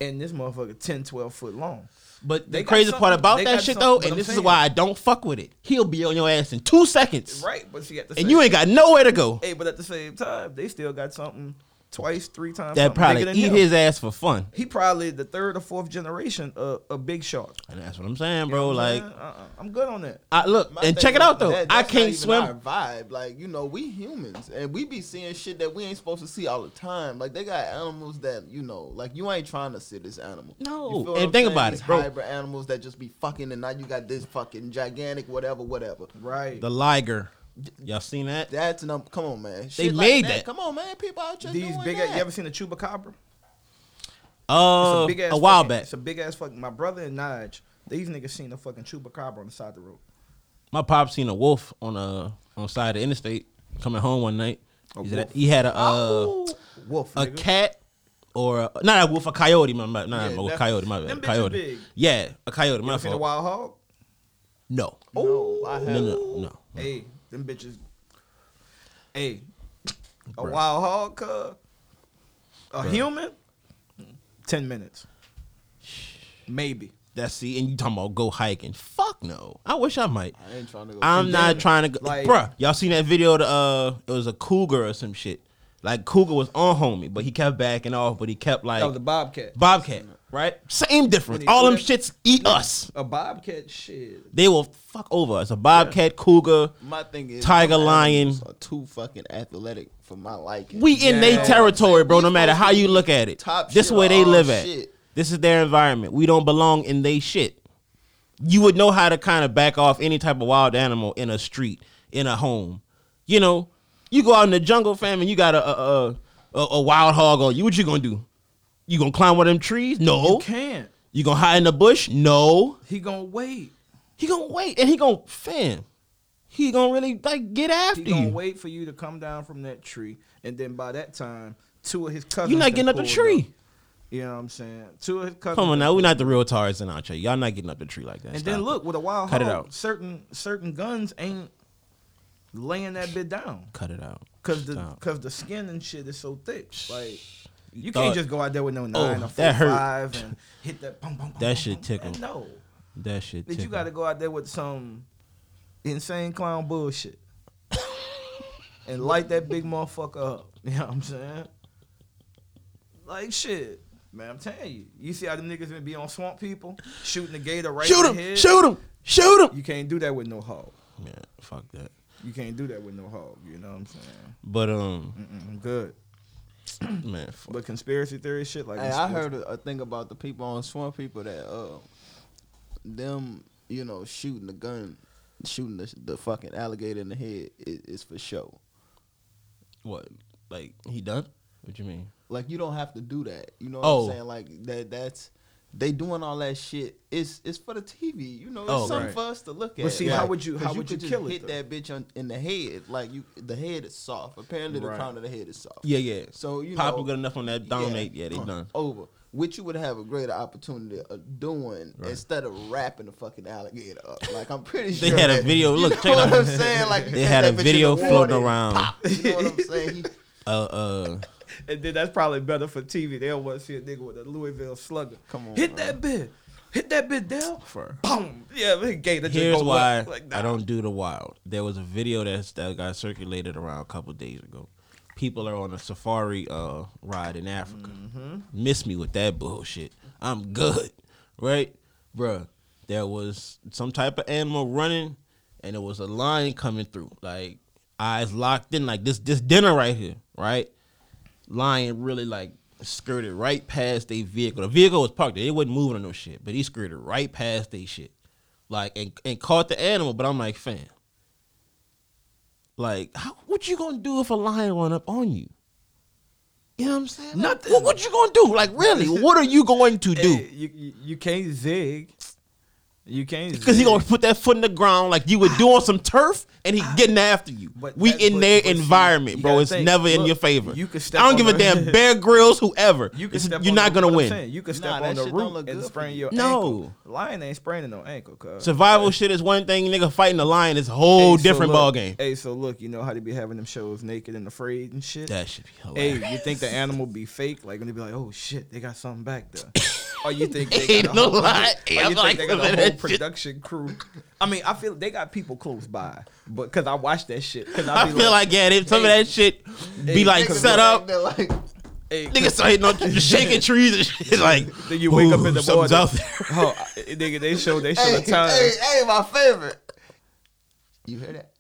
and this motherfucker 10, 12 foot long.
But
They
the
got
crazy part
something-
about
they
that
got
shit
something,
though,
but
and
I'm
this is
saying-
why I don't fuck with it. He'll be on your ass in two seconds,
Right, but see at the
and
same,
you ain't got nowhere to go.
Hey, but at the same time, they still got something twice, three times.
that
something
probably
bigger than
eat
him.
his ass for fun.
He probably the third or fourth generation of a big shark.
And that's what I'm saying, bro. like,
uh-uh, I'm good on that.
I look
My
and
thing
check it
is
out though.
that-
I
that's not
can't
even
swim.
Our vibe, like you know, we humans and we be seeing shit that we ain't supposed to see all the time. Like they got animals that you know, like you ain't trying to see this animal.
No.
You feel what
And
I'm
think
saying?
about
These
it, bro.
Hybrid animals that just be fucking, and now you got this fucking gigantic whatever, whatever.
Right.
The liger, y'all seen that?
That's num. Come on, man.
They
Shit like
made that.
Come on, man. People out here
These
doing
big.
that.
You ever seen a chupacabra?
Uh, a,
big-ass
while
fucking-
back,
It's a big ass fucking. My brother and Nige, these niggas seen a fucking chupacabra on the side of the road.
my pop seen a wolf on a on the side of the interstate coming home one night. He said-
wolf.
he had a uh,
Wolf.
a
nigga.
cat or a, not a wolf, a coyote. My, my, not a
Yeah,
wolf,
that-
coyote. My
them
bad,
bitches
coyote.
big.
Yeah, a coyote. My
Ever seen a
fault.
wild hog?
No,
Oh.
No, I
no,
have.
no, no.
Hey, them bitches. Hey, a wild hog, cub, a human. Ten minutes, maybe.
That's see, and you talking about go hiking? Fuck no. I wish I might.
I ain't trying to go.
I'm not trying to go.
Like-
bruh, y'all seen that video? Of, the, uh, it was a cougar or some shit. Like cougar was on homie, but he kept backing off. But he kept like
That was a Oh, bobcat.
bobcat, right? Same difference.
When he
All them
flipped-
shits eat us.
A bobcat, shit.
They will fuck over us. A bobcat, cougar.
My thing is,
Tiger,
them
lion.
animals Are too fucking athletic for my liking.
We in
Yeah.
their territory, bro. No
We
matter
supposed
how
to
you
be
look at it,
top
this is
shit
where they
of all
live at.
shit.
This is their environment. We don't belong in they shit. You would know how to kind of back off any type of wild animal in a street, in a home. You know, you go out in the jungle, fam, and you got a a, a, a wild hog on you. What you gonna do? You gonna climb one of them trees? No.
You can't.
You gonna hide in the bush? No.
He gonna wait.
He gonna wait, and he gonna fam. He gonna really like get after
He gonna
you.
wait for you to come down from that tree, and then by that time, two of his cousins.
You're not
done
getting up the
pulled
tree.
up. You know what I'm saying? Two of his cousins.
Come on
done
now, we're not the real Tarzan out here. Y'all not getting up the tree like that.
And
Stop
then
it.
look with a wild
Cut it
hog,
out.
certain certain guns ain't laying that bit down
cut it out.
because the
Stop.
because the skin and shit is so thick. Like you
thought- Oh,
can't just go out there with no nine or four
that hurt.
five and hit that pum pum. pum,
That
pum,
shit
pum.
tickle.
No,
that shit.
that you
tickle.
got to go out there with some insane clown bullshit and light that big motherfucker up. You know what I'm saying? Like shit. Man, I'm telling you. You see how them niggas been be on swamp people shooting the gator right
shoot
in the
him,
head?
shoot him, shoot him.
You can't do that with no hog.
Yeah, fuck that.
You can't do that with no hog. You know what I'm saying?
But um,
I'm good.
man, fuck.
But conspiracy theory shit like
Hey, I heard a, a thing about the people on Swamp People that uh, them you know shooting the gun, shooting the, the fucking alligator in the head is, is for show.
what? Like he done? What you mean?
Like you don't have to do that. You know what
Oh.
I'm saying? Like that that's they doing all that shit. It's it's for the TV. You know, it's
Oh,
something
right.
for us to look at.
see, how
Like,
would you-
'cause
how would
could
you
just
kill it,
Hit that bitch on, in the head. Like you, the head is soft. Apparently, the
Right.
crown of the head is soft.
Yeah, yeah.
So you
Papa
know,
good enough on that dominate. Yeah, they
uh,
done.
Over. Which you would have a greater opportunity of doing instead of wrapping the fucking alligator up. Like I'm pretty
They
sure
had a
that-
video.
You
Look,
know
check it
what
out.
I'm saying? Like you
They
hit
had
that
a
bitch in
video
the water,
floating
it
around.
pop. You know what I'm saying? He-
Uh, uh,
And then that's probably better for TV. They don't want to see a nigga with a Louisville slugger.
Come on,
Hit
man.
that bit. Hit that bit down. Boom. Yeah, man, gay. That just
here's
go
why
wet. Like,
I
nah.
don't do the wild. There was a video that's that got circulated around a couple days ago. People are on a safari uh, ride in Africa.
Mm-hmm.
Miss me with that bullshit. I'm good, right, bruh? There was some type of animal running, and it was a lion coming through. Like eyes locked in, like this this dinner right here, right? Lion really like skirted right past their vehicle. The vehicle was parked there. It wasn't moving or no shit, but he skirted right past they shit. Like and, and caught the animal, but I'm like, fam. Like, how, what you gonna do if a lion run up on you? You know what I'm saying? Like,
Nothing.
What, what you gonna do? Like, really? What are you going to
Hey,
do?
you, you you can't zig. You can't.
Because he
zig.
gonna put that foot in the ground like you would do on some turf, and he getting after you.
Ah. But
we
that-
in
but-
their
but see,
environment,
you
bro.
gotta
It's
think,
never in
look,
your favor.
you can step
I don't give
on
a
the-
damn Bear Grylls, whoever.
You can
It's-
step
you're
on
not
the-
gonna
what I'm
win.
saying, You can
Nah,
step
that
on the
shit don't
root
look
and
good for
sprain
you.
your
No.
ankle. Lion ain't spraining no ankle, cuz.
Survival shit is one thing, nigga. Fighting a lion is a whole
Hey, so
different
look-
ball game.
Hey, so look, you know how they be having them shows naked and afraid and shit.
That should be hilarious.
hey, you think the animal be fake? Like, and they be like, oh shit, they got something back there. Or you think they
Ain't
got a
no
whole,
lie.
or you
I'm
think
like,
they got
look at
a whole
that shit.
production crew? I mean, I feel they got people close by, but because I watch that shit, because I,
I
be
feel like yeah, they, some of that shit be
hey,
like
niggas
set
Like,
up.
they're like,
Hey,
Niggas start hitting on shaking trees and shit. Like
Then you wake up
"Ooh,
in the
something's
morning."
out there.
Oh, I- nigga, they show they show
Hey,
the time.
hey, hey, my favorite. You hear that?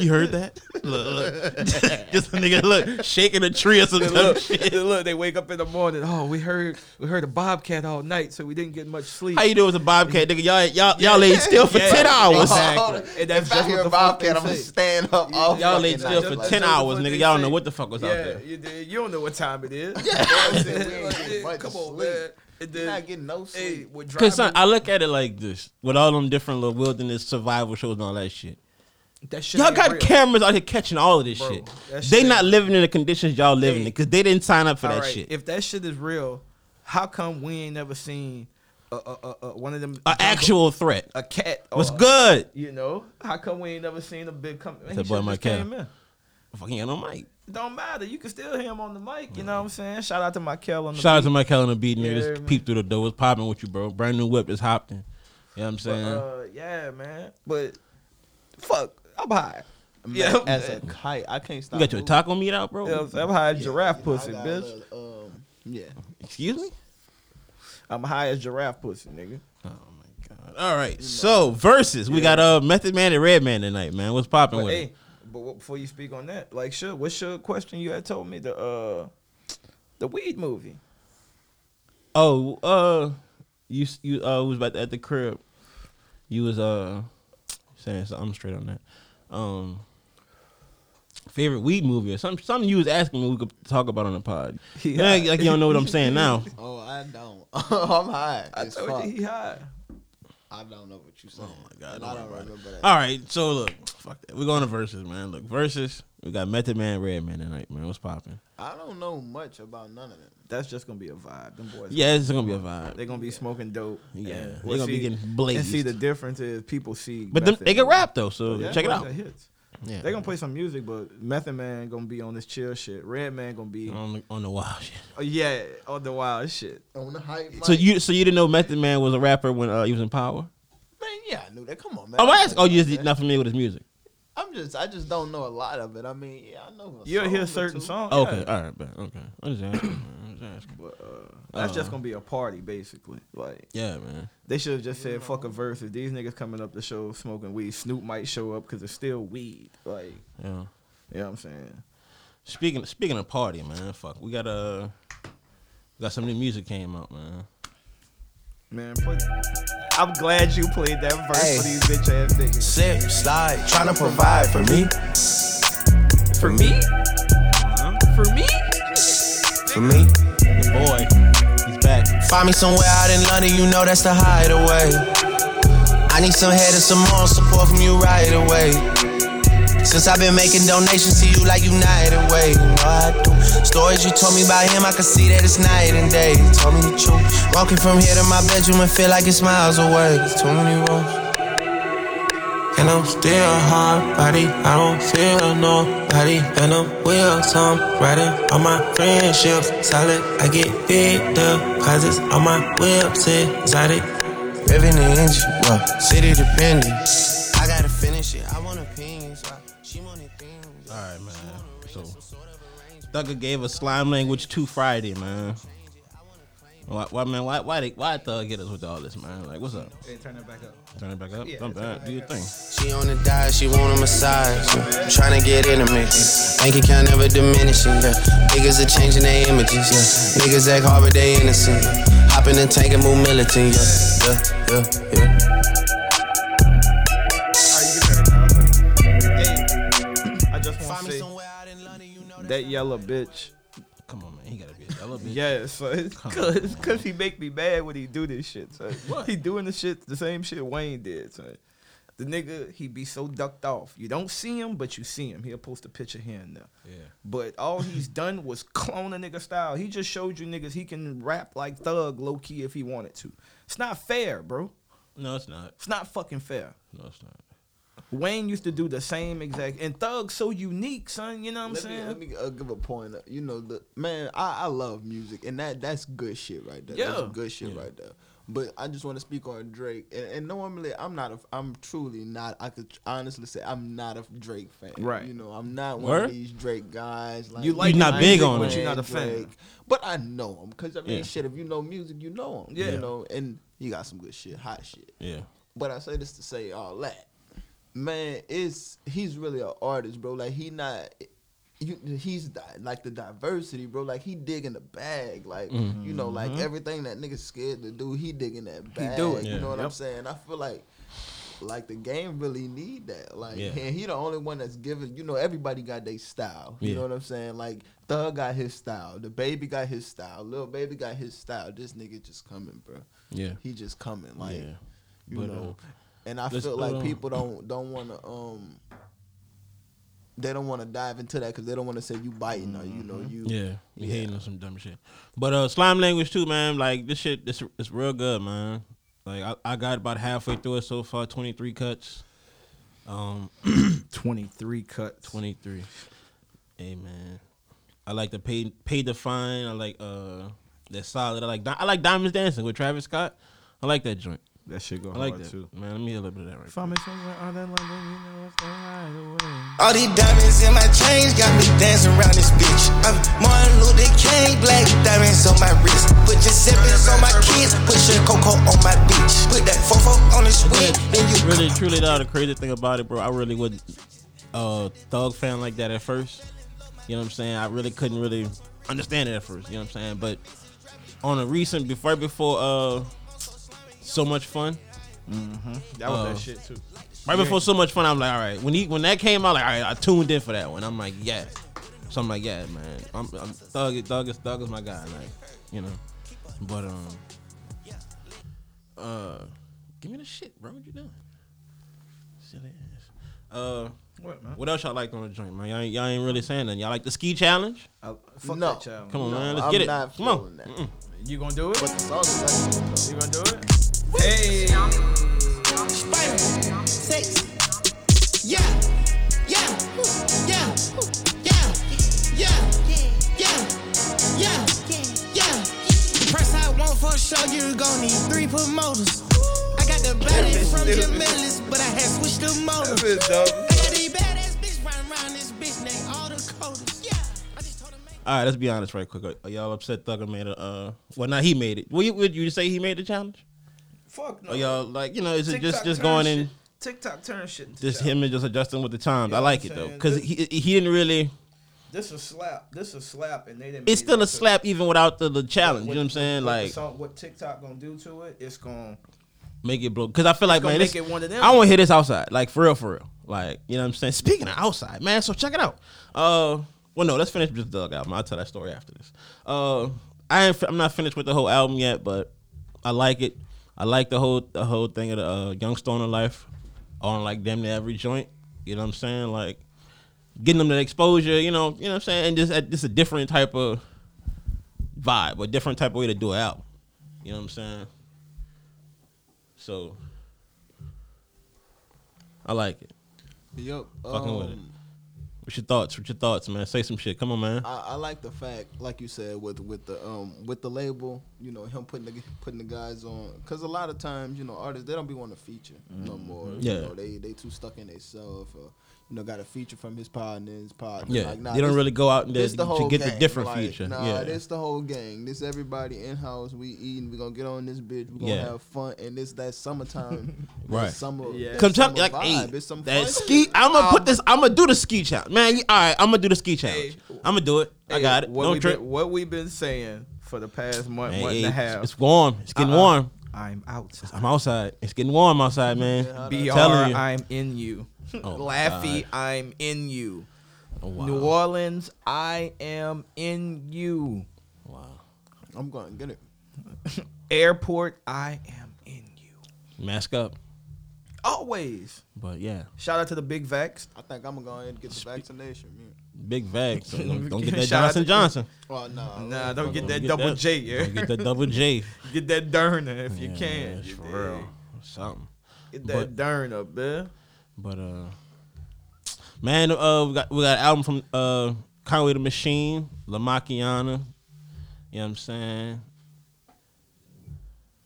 You heard that? Look, look. Just a nigga look shaking a tree or some dumb
Look,
shit.
look, they wake up in the morning. Oh, we heard we heard a bobcat all night, so we didn't get much sleep.
How you doing as a bobcat, nigga? Y'all y'all y'all laid still for
Yeah,
ten hours.
Exactly. And that's
if I
just
hear
what the fuck they
Bobcat, I'm gonna
say.
stand up
Y'all
all fucking
laid still
night.
for
Like,
ten
that's
hours,
what
nigga.
they
Y'all don't know
say.
what the fuck was out
Yeah,
there.
you, did. you don't know what time it is.
I'm saying, we ain't getting
Yeah,
much
Come on,
sleep.
man. And
You're
then,
not getting no
hey,
sleep.
we're driving.
Cause son, I look at it like this with all them different little wilderness survival shows and all that shit.
that shit
Y'all
ain't
got
real.
cameras out here catching all of this
Bro,
shit.
that
They
shit-
not living in the conditions y'all living
Hey.
in because they didn't sign up for
All
that
right,
shit.
If that shit is real, how come we ain't never seen uh, uh, uh, uh, one of them
An actual threat.
a cat? Or,
What's good?
You know, how come we ain't never seen a big company?
That boy Mike Cal.
came in.
Fucking on mic.
Don't matter. You can still hear him on the mic. You know what I'm saying? Shout out to Michael on the
Mm-hmm. Shout out to Mike Helen and B
Yeah,
niggas.
man.
Peep through the door. What's popping with you, bro? Brand new whip just hopped in. You know what I'm
But,
saying?
uh, yeah, man. But fuck, I'm high. Yeah,
Man,
I'm-
as a kite, I can't stop.
you got your
moving.
taco meat out, bro?
You know what I'm saying? I'm high as giraffe
I
pussy,
got a
bitch.
little, um, yeah.
Excuse me?
I'm high as giraffe pussy, nigga.
Oh my god. All right. So versus we got uh Method Man and Red Man tonight, man. What's popping
But
with
hey,
it?
but what, before you speak on that, like, sure, what's your question? You had told me the uh, the weed movie.
Oh, uh you s- you uh was about to- at the crib. You was uh saying so I'm straight on that. Um favorite weed movie or something something you was asking me we could talk about on the pod.
Yeah.
Yeah, like you don't know what I'm saying now.
Oh, I don't. I'm high.
I
as
told
fuck.
you he high.
I don't know what you saying. Oh my
God,
god,
don't
I don't
worry about
remember that.
All right, so look, fuck that. We're going to verses, man. Look, verses. We got Method Man, Red Man tonight, man. What's popping?
I don't know much about none of them.
That's just gonna be a vibe. Them boys.
Yeah, it's gonna be a vibe.
They're gonna be smoking dope.
Yeah,
and
they
we'll
gonna be
see-
getting blazed.
And see, the difference is people see.
But them,
Method
they can
Man.
rap though, so
Yeah,
check it
boys
out.
got hits.
Yeah.
They gonna play some music, but Method Man gonna be on this chill shit. Red Man gonna be,
on the, on the wild shit.
oh, yeah, on the wild shit.
On the hype, mic.
So you so you didn't know Method Man was a rapper when uh, he was in Power?
man, yeah, I knew that. Come on, man.
Oh, I asked, oh, you just not familiar with his music?
I'm just, I just don't know a lot of it. I mean, yeah, I know. a
You'll
song
hear
or
certain
two.
songs.
Okay, all right, but okay. I'm just asking. man. I'm just asking.
But uh, that's
Uh-huh.
just gonna be a party, basically. Like
Yeah, man.
they should have just said fuck a verse. If these niggas coming up the show smoking weed, Snoop might show up because it's still weed. Like,
Yeah.
you know what I'm saying?
Speaking speaking of party, man. Fuck, we got uh, we got some new music came out, man.
Man, play- I'm glad you played that verse for these bitch ass niggas.
Slip, slide, tryna provide for me. For me? For me? For me?
The boy, he's back.
Find me somewhere out in London, you know that's the hideaway. I need some head and some more support from you right away. Since I've been making donations to you like United Way, you know I do. Stories you told me about him, I can see that it's night and day. You told me the truth. Walking from here to my bedroom and feel like it's miles away. There's too many roads. And I'm still hard body, I don't feel nobody. And I'm with some riding on my friendship. Solid, I get big deposits on my whips, exotic. Revving the engine, well, city dependent. I gotta finish it, I want opinions. why She wanted things.
All right, man. So, Thugger gave us slime language to Friday, man. Why, why man? Why, why, they, why Thug get us with all this, man? Like, what's up?
Hey, turn it back up.
Turn it back up. Come back. Do your thing.
She on the diet, she want a massage. Yeah. Tryna get intimate. Bank account never diminishing. Yeah. Niggas are changing their images. Yeah. Niggas act hard, but they innocent. Yeah. Hop in the tank and move militant. Yeah, yeah, yeah,
Hey,
yeah.
I just want to say that yellow bitch.
Come on, man. He gotta be a hella bitch.
Yeah, so cause, cause he make me mad when he do this shit. So he doing the shit, the same shit Wayne did. So the nigga, he be so ducked off. You don't see him, but you see him. He'll post a picture here and there.
Yeah.
But all he's done was clone a nigga style. He just showed you niggas he can rap like Thug low key if he wanted to. It's not fair, bro.
No, it's not.
It's not fucking fair.
No, it's not.
Wayne used to do the same exact and Thug's so unique, son. You know what I'm
Let me,
saying?
let me uh, give a point. You know, the, man, I, I love music, and that that's good shit right there.
Yeah.
That's good shit right there. But I just want to speak on Drake, and, and normally I'm not. A, I'm truly not. I could honestly say I'm not a Drake fan.
Right.
You know, I'm not one
Word?
of these Drake guys. Like
You like
not
I
big
dig
on
when
him.
you're not a fan. But I know him because I mean,
Yeah.
shit. If you know music, you know him.
Yeah.
You know, and he got some good shit, hot shit.
Yeah.
But I say this to say all that. Man, it's he's really an artist, bro. Like he not you, he's di- like the diversity, bro. Like he digging the bag, like you know, like everything that nigga's scared to do, he digging that bag.
do it.
You know what I'm
Yep.
saying? I feel like, like the game really need that. Like
Yeah.
and he the only one that's giving. You know, everybody got their style. You
Yeah.
know what I'm saying? Like Thug got his style, the baby got his style, little baby got his style. This nigga just coming, bro.
Yeah.
he just coming. Like
Yeah.
you
But,
know.
uh,
and I
let's-
feel like
uh,
people don't don't want to um they don't want to dive into that because they don't want to say you biting or you know you
Yeah, you hating on some dumb shit. But uh, slime language too, man. Like this shit, this it's real good, man. Like I, I got about halfway through it so far, twenty three cuts, Um,
Twenty three cuts.
twenty three. Hey man, I like the pay pay the fine. I like uh, they're solid. I like Di- I like diamonds dancing with Travis Scott. I like that joint.
That shit go
I like that man. Let me hear a little bit of that right.
If I'm in somewhere other London, you know it's the right away.
All these diamonds in my chains got me dancing around this bitch. I'm Martin Luther King, black diamonds on my wrist. Put Giuseppe's on my kids, put your cocoa on my bitch. Put that fofo on his wig, then you
really, truly, though, the crazy thing about it, bro, I really wasn't a thug fan like that at first. You know what I'm saying? I really couldn't really understand it at first. You know what I'm saying? But on a recent, before before uh, so much fun,
That was
Oh.
that shit too.
right before so much fun, I'm like, all right. When he when that came out, like, all right, I tuned in for that one. I'm like, yeah. So I'm like, yeah, man. I'm, I'm thug, thug is thug is my guy, like, you know. But um, uh, give me the shit, bro. What you doing? Silly ass. Uh,
What man?
what else y'all liked on the joint, man? Y'all ain't, y'all ain't really saying nothing. Y'all like the ski challenge?
I, fuck
No.
that child.
Come on, man. Let's
I'm
get it.
not
Come on.
feeling that.
Mm-mm.
You gonna do it?
But the song is like,
You gonna do it? Hey.
spiral. Six. Yeah. Yeah. Yeah. Yeah. Yeah. Yeah. Yeah. Yeah. Press I want for sure, you gon' need three promoters. I got the body from Jamelis, but I had switched the motor. I got these badass bitch riding around this bitch named all the coders. Yeah. I just told her, make
All right, let's be honest, right quick. Are, are y'all upset Thugger made a? Uh, well, not he made it. Would you, would you say he made the challenge?
Fuck no.
Or y'all like you know? Oh, Is it just
TikTok
just
turn
going
shit-
in?
TikTok turn shit. into
Just
child.
him and just adjusting with the times. I
Yeah,
like
I'm
it though,
saying
because
this-
he he didn't really.
This a slap. This a slap, and they didn't.
It's still a slap even without the, the challenge. You know what I'm saying?
what the
Like
song- what TikTok gonna do to it? It's gonna.
make it blow. Because I feel like
gonna
man, this,
make it one of them.
I want to hear this outside. Like for real, for real. Like you know what I'm saying. Speaking of outside, man. So check it out. Uh, well, no, let's finish just Doug album. I'll tell that story after this. Uh, I ain't, fi- I'm not finished with the whole album yet, but I like it. I like the whole the whole thing of the uh, young stoner life on like damn near every joint. You know what I'm saying? Like getting them that exposure. You know, you know what I'm saying. And just uh, just a different type of vibe, a different type of way to do an album. You know what I'm saying? So I like it.
yup.
Fucking with it.
um,
What's your thoughts? What's your thoughts, man? Say some shit. Come on, man.
I, I like the fact, like you said, with with the um with the label, you know, him putting the putting the guys on, because a lot of times, you know, artists they don't be want to feature no more.
Mm-hmm. Yeah.
you know, they they too stuck in themselves, or you know, got a feature from his partners, partner.
Yeah,
like, nah,
they don't
this-
really go out and
this
to get the
gang.
different
Like,
feature.
Nah,
yeah,
this the whole gang. This everybody in house. We eating. We gonna get on this bitch. We gonna
Yeah.
have fun. And this that summertime.
Right.
that Summer.
Yeah.
that
Come tell me,
summer
like, hey,
vibe. It's some
that
fun
ski.
shit.
I'm gonna
Um,
put this. I'm gonna do the ski challenge, man. You, all right, I'm gonna do the ski challenge.
Hey,
I'm gonna do it. I got
Hey,
it.
What
Don't
we
trip.
Been, what we've been saying for the past month,
Hey,
month
hey,
and a
it's-
half.
it's warm. It's getting
Uh-uh.
warm.
I'm out.
I'm outside. It's getting warm outside, man.
BR,
telling you.
I'm in you. Laffy, I'm in you.
Oh, wow.
New Orleans, I am in you.
Wow.
I'm gonna get it.
Airport, I am in you.
Mask up.
Always.
But yeah,
Shout out to the big vax.
I think I'm gonna go ahead and get the vaccination. Man.
big vague. So don't, don't get that
Shout
Johnson
out to-
Johnson.
Oh no.
Nah, don't get that
get
double
that.
J. Yeah.
Don't get that double J.
Get that Derna if you
Yeah,
can.
man, it's
You
for
dig?
real. Something.
Get that Derna, man.
But uh, man, uh, we got we got an album from uh Conway the Machine, La Machiana. You know what I'm saying?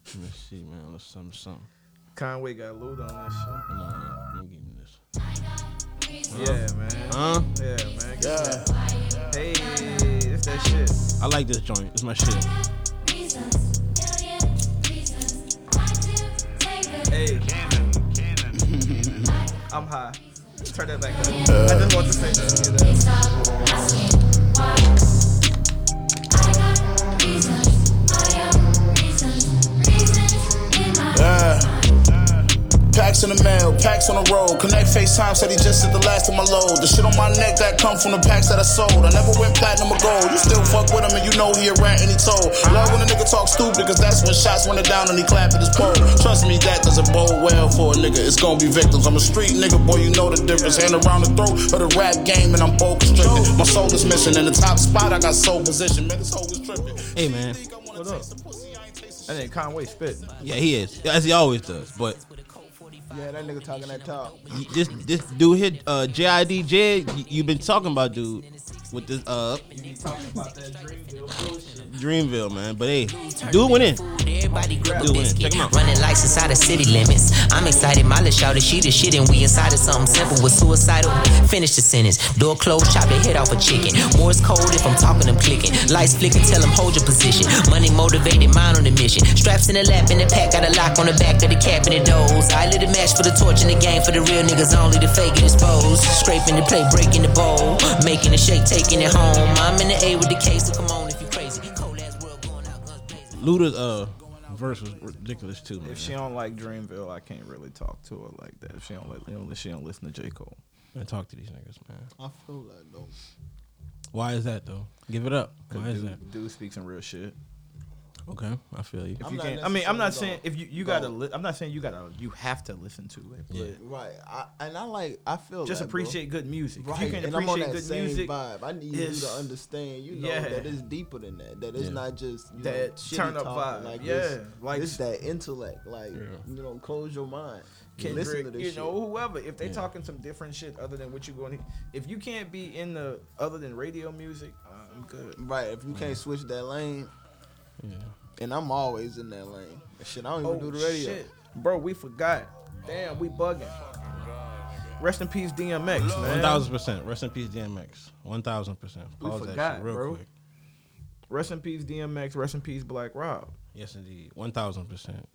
Let me see, man. Let's something something.
Conway got lewd on that
Nah, nah, let me give you this.
shit. Yeah, man.
Huh?
Yeah, man. Yeah. Hey, it's that shit.
I like this joint. It's my shit.
Hey. I'm high. Turn that back up. I just want to say that. you know.
Packs in the mail, packs on the road. Connect FaceTime said he just hit the last of my load. The shit on my neck that come from the packs that I sold. I never went platinum or gold. You still fuck with him and you know he a rat and he told. Love when a nigga talk stupid, cause that's when shots went down and he clap at his pole. Trust me, that doesn't bode well for a nigga. It's gonna be victims. I'm a street nigga, boy, you know the difference. Hand around the throat of the rap game and I'm bold constricted. My soul is missing. In the top spot, I got soul position. Man, this hoe is tripping.
Hey, man.
What up? That nigga Conway spitting.
Yeah, he is. As he always does. But
Yeah, that nigga talking that talk.
y- this this dude here, uh, JID Jed, y- you been talking about dude with this uh Dreamville, man. But hey, dude went in.
Everybody grab
Do
a
it.
biscuit.
Check 'em out.
Running lights inside the city limits. I'm excited. Molly shouted, she the shit, and we inside of something simple with suicidal. Finish the sentence. Door closed, chop your head off a chicken. More is cold if I'm talking, I'm clicking. Lights flicking, tell them hold your position. Money motivated, mind on the mission. Straps in the lap, in the pack, got a lock on the back of the cabinet doors. I lit a match for the torch in the game for the real niggas, only the fake get exposed. Scraping the plate, breaking the bowl, making the shake, taking it home. I'm in the A with the case, so come on if you crazy. Cold ass world going out, guns blazing.
Luda's uh verse was ridiculous too, man.
If she don't like Dreamville, I can't really talk to her like that. If she don't like, if she don't listen to J Cole.
Man, talk to these niggas, man.
I feel like though.
Why is that though? Give it up. Why is that?
Dude, dude speaks some real shit.
Okay, I feel you.
If
I'm
you
not
can't, I mean, I'm not
necessarily
saying if you you
gonna-
gotta. Li- I'm not saying you gotta. You have to listen to it. But
Right. I, and I like. I feel
Just
that, bro.
appreciate good music. If
Right.
You can
and
appreciate
I'm on that
good
same
music.
vibe. I need you to
Yes.
understand. You know
Yeah.
that it's deeper than that. That it's
Yeah.
not just you
That
know, shitty
turn up
talking,
vibe.
Like
Yeah,
It's,
like-
it's that intellect. Like you know, close your mind. Listen
Kendrick,
to this
you
shit.
know, whoever. If they talking some different shit other than what you going, if you can't be in the other than radio music, I'm good.
Right. If you can't switch that lane,
Yeah.
and I'm always in that lane. Shit, I don't
Oh,
even do the radio.
bro, we forgot. Damn, we bugging. Rest in peace, DMX,
One
man.
thousand percent. Rest in peace, DMX. One thousand percent.
We
Pause that
forgot,
shit real
bro.
quick.
Rest in peace, DMX. Rest in peace, Black Rob.
Yes, indeed. One thousand percent.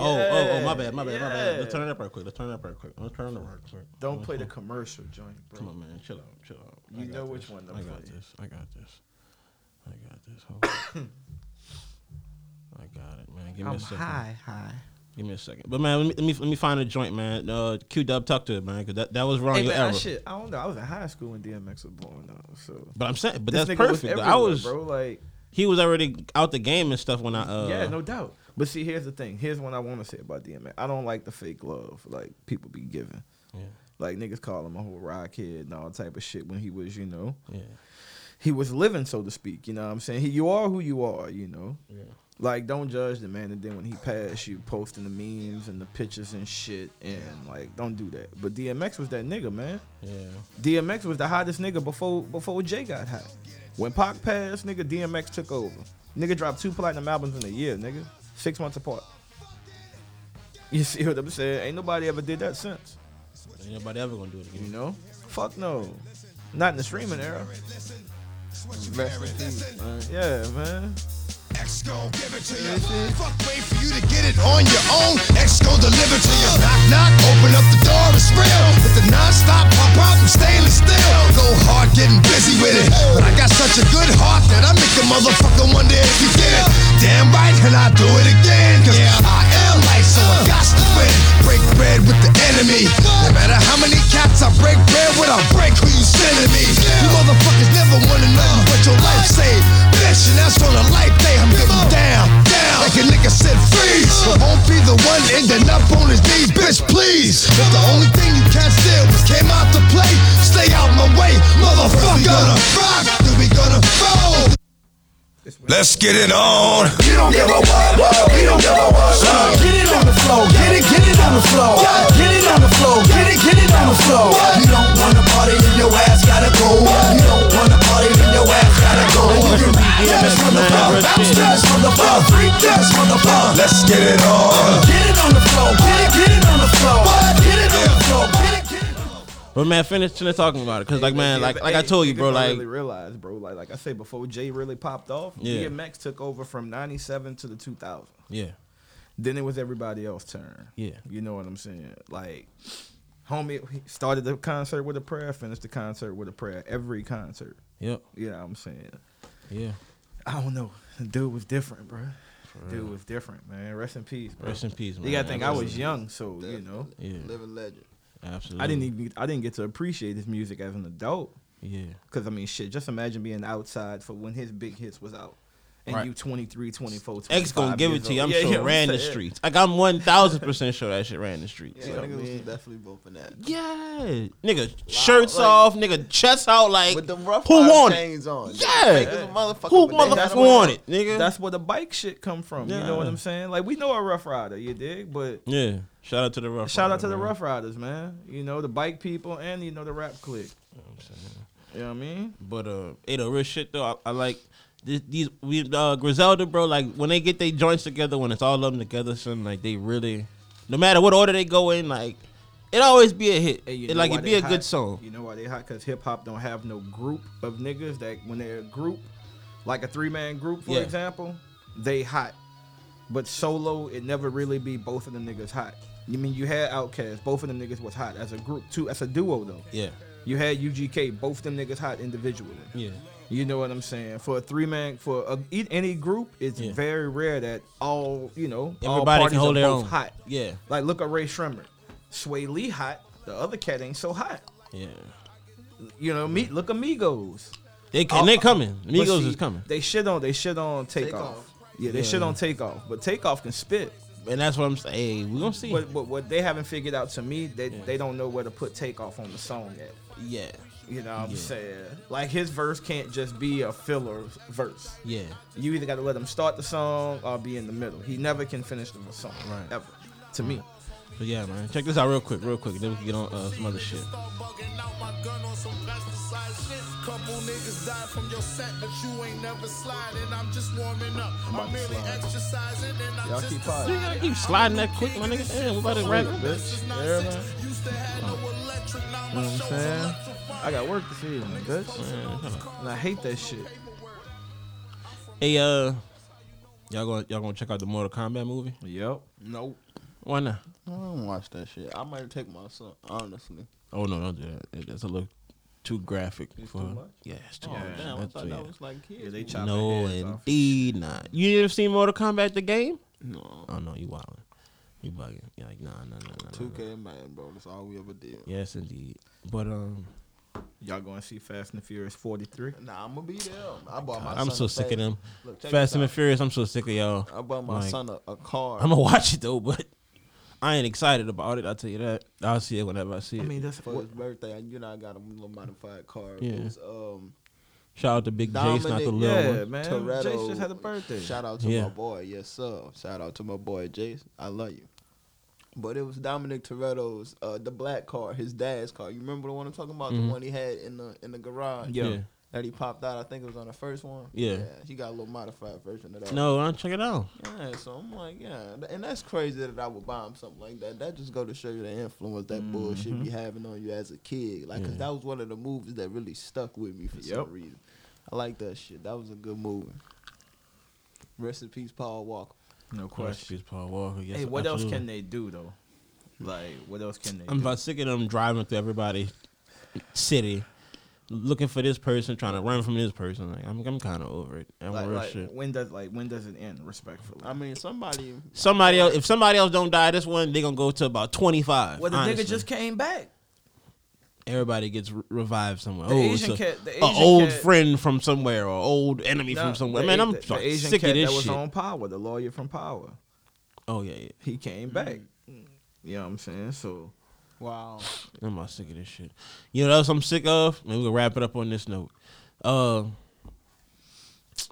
Oh, oh, oh, my bad, my bad, my bad. Let's turn it up right quick. Let's turn it up right quick. Let's turn it up right quick.
Don't
Let's
play the
turn-
commercial joint, bro.
Come on, man. Chill out, chill out. I
You
got
know
this.
which one to
I got
play.
this. I got this. I got this. Hold on. I got it, man. Give me a second.
high.
Give me a second. But man, let me let me, let me find a joint, man. Uh, Q Dub, talk to it, man, because that, that was wrong.
Hey,
your
man, I,
era.
shit, I don't know. I was in high school when DMX was blowing up, so.
But I'm saying, but
This
that's
nigga was
perfect. though. I
everywhere,
was,
bro. Like,
he was already out the game and stuff when I, uh,
yeah, no doubt. But see, here's the thing. Here's what I want to say about DMX. I don't like the fake love like people be giving.
yeah,
Like niggas call him a whole rock kid and all type of shit when he was, you know,
yeah,
he was living, so to speak. You know what I'm saying? He, you are who you are, you know?
yeah.
Like, don't judge the man. And then when he passed, you posting the memes and the pictures and shit. And, like, don't do that. But DMX was that nigga, man.
yeah.
DMX was the hottest nigga before before Jay got hot. When Pac passed, nigga, DMX took over. Nigga dropped two platinum albums in a year, nigga. Six months apart. You see what I'm saying? Ain't nobody ever did that since.
Ain't nobody ever gonna do it again.
You know? Fuck no. Not in the streaming era.
Rest in peace, man.
Yeah, man.
X gon' give it to you. Fuck, wait for you to get it on your own. X gon' deliver to you. Knock, knock, open up the door, it's real. With the non-stop pop out, I'm stainless steel. Go hard, getting busy with it. But I got such a good heart that I make a motherfucker wonder if you did it. Damn right, can I do it again? Cause I am life, so I got to win. Break bread with the enemy. No matter how many cats I break bread with, I break who you sending me. You motherfuckers never wanna know what your life saved. Bitch, and that's on a life day. I'm getting down, down. Like a nigga said, freeze. But won't be the one ending up on his knees, bitch, please. The only thing you cats did was came out to play. Stay out my way, motherfucker. We gonna rock, then we gonna roll.
This
Let's get it on.
We don't give a what, what, we don't give a what, what. Get it on the floor, get it, get it on the floor. Get it on the floor, get it, get it on the floor. You don't wanna party and your ass gotta go. You don't wanna party and your ass gotta go. You can dance from the floor, bounce dance from the floor, freak dance from the floor.
Let's get it on.
Get it on the floor, get it, get it on the floor. Get it on the floor, get it, get it.
But man, finish finish talking about it, cause like man, like like I told you, bro, like
really realized, bro, like like I said before, Jay really popped off.
Yeah.
DMX took over from '97 to the 2000.
yeah,
Then it was everybody else's turn.
Yeah.
you know what I'm saying. Like, homie he started the concert with a prayer, finished the concert with a prayer. Every concert.
Yep.
You know what I'm saying.
yeah.
I don't know. The dude was different, bro. Dude was different, man. Rest in peace, bro.
Rest in peace,
You
man.
gotta think I was
Absolutely.
young, so you know.
Yeah.
Living legend.
Absolutely.
I didn't even I didn't get to appreciate his music as an adult.
Yeah.
Cause I mean shit, just imagine being outside for when his big hits was out. And
Right.
you 23, 24, 25
X gonna give it to you. I'm
years
sure
old. Yeah, yeah,
ran the
saying.
streets. Like I'm one thousand percent sure that shit ran the streets.
Yeah,
Like,
niggas was definitely bumping that.
yeah. nigga, shirts off, nigga, chest out, like
With them rough
who
rider
want
chains
it?
on.
Yeah,
Niggas a motherfucker,
who
but they
motherfucker
got 'em
want
on.
it, nigga?
That's where the bike shit come from. You know what
Yeah.
I'm saying? Like we know a rough rider, you dig? But
yeah. Shout out to the rough.
shout out
Rider,
to the
man.
rough riders, man. You know, the bike people and you know the rap clique. You know what I mean?
But uh, hey, the real shit though, I, I like this, these we uh, Griselda, bro. Like when they get their joints together, when it's all of them together, son, like they really, no matter what order they go in, like it always be a hit.
Hey, you
it,
know
like
why
it
they
be a
hot?
good song.
You know why they hot? Cause hip hop don't have no group of niggas that when they're a group, like a three man group, for
Yeah.
example, they hot. But solo, it never really be both of them niggas hot. You mean you had Outkast, both of them niggas was hot as a group too, as a duo though.
Yeah,
You had UGK, both them niggas hot individually.
yeah,
You know what I'm saying? For a three man, for a, e- any group, it's
Yeah.
very rare that all you know, all
Everybody can
parties
hold
are
their
both
own.
hot.
Yeah.
like look at Ray Shremmer, Sway Lee hot. The other cat ain't so hot.
yeah.
You know, me look Amigos.
They can,
Oh,
they coming.
But
Migos
see,
is coming,
They shit on they shit on takeoff.
Takeoff.
Yeah, they
Yeah,
shit
yeah.
on takeoff. But takeoff can spit.
and that's what I'm saying. Hey, we gonna see.
But, but what they haven't figured out to me, they, they don't know where to put takeoff on the song yet.
yeah,
You know what I'm
Yeah.
saying? Like his verse can't just be a filler verse.
yeah,
You either got to let him start the song or be in the middle. He never can finish the song,
Right.
Ever, to me.
but yeah, man. Check this out real quick, real quick. Then we can get on uh, some other shit.
Couple niggas died from your set, but you ain't never sliding. I'm just warming up. I'm merely exercising, and I'm
Y'all
just
keep
You
fighting.
gotta keep sliding that quick, my nigga. Damn, we about to wrap it.
bitch. Yeah, man. You know what I'm saying? I got work this evening, bitch. And I hate that shit.
Hey, uh, y'all gonna y'all gonna check out the Mortal Kombat movie?
Yep.
Nope.
Why not?
I don't watch that shit. I might take my son, honestly.
Oh no, don't do that. That's a little too graphic for.
too much?
Yeah, it's too
Oh,
much.
damn, I
That's-
thought
yeah.
that was like
Yeah,
kids.
they chopping
no,
heads off.
indeed not. You didn't see Mortal Kombat the game?
no.
Oh no, you wildin'. You bugging. You're like nah, nah, nah, nah.
Two
2K.
K man, bro. That's all we ever did.
Yes, indeed. But um,
Y'all going to see Fast and the Furious 43?
Nah, I'm gonna be there. I bought my.
I'm
son
so
a
sick
face-
of them.
Look, check
Fast
this
and the
out.
Furious. I'm so sick of y'all.
I bought my
Like,
son a, a car.
I'm gonna watch it though, but I ain't excited about it. I'll tell you that. I'll see it whenever I see it.
I mean, that's
for
what,
his birthday. I, you know, I got him a little modified car.
Yeah.
It was, um,
Shout out to Big J's, not
Dominic-
the little
yeah,
one.
man.
Toretto.
Jace just had a birthday.
Shout out to
Yeah.
my boy, yes sir. Shout out to my boy Jace. I love you. But it was Dominic Toretto's, uh, the black car, his dad's car. You remember the one I'm talking about? The one he had in the in the garage.
Yeah.
Mm-hmm. Yeah.
That he popped out. I think it was on the first one.
Yeah.
He got a little modified version of that.
No, I'll check it out.
Yeah. So I'm like, yeah, Th- and that's crazy that I would buy him something like that. That just go to show you the influence that bullshit
Mm-hmm.
be having on you as a kid. Like, 'cause that was one of the movies that really stuck with me for
Yep.
some reason. I like that shit. That was a good movie. Rest in peace, Paul Walker.
No
Rest
question.
in peace, Paul Walker. Yes,
Hey, what else
absolutely.
can they do, though? Like, what else can they
I'm
do?
about sick of them driving through everybody city, looking for this person, trying to run from this person. Like I'm, I'm kind of over it. I'm
like,
real
like,
shit.
when does like when does it end respectfully?
I mean, somebody.
Somebody else, if somebody else don't die, this one they gonna go to about 25.
well, the
honestly.
nigga just came back.
everybody gets re- revived somewhere.
The
oh,
Asian
it's a,
cat- the
a
Asian
old
cat-
friend from somewhere or old enemy
Nah,
from somewhere.
the
Man,
A-
I'm
the,
so
the Asian
sick
cat
of
that
this
was
shit.
on Power, the lawyer from Power.
Oh yeah, yeah.
He came back.
Mm.
You know what I'm saying? So
Wow.
I'm about sick of this shit. You know what else I'm sick of? And we gonna wrap it up on this note. Uh, Um,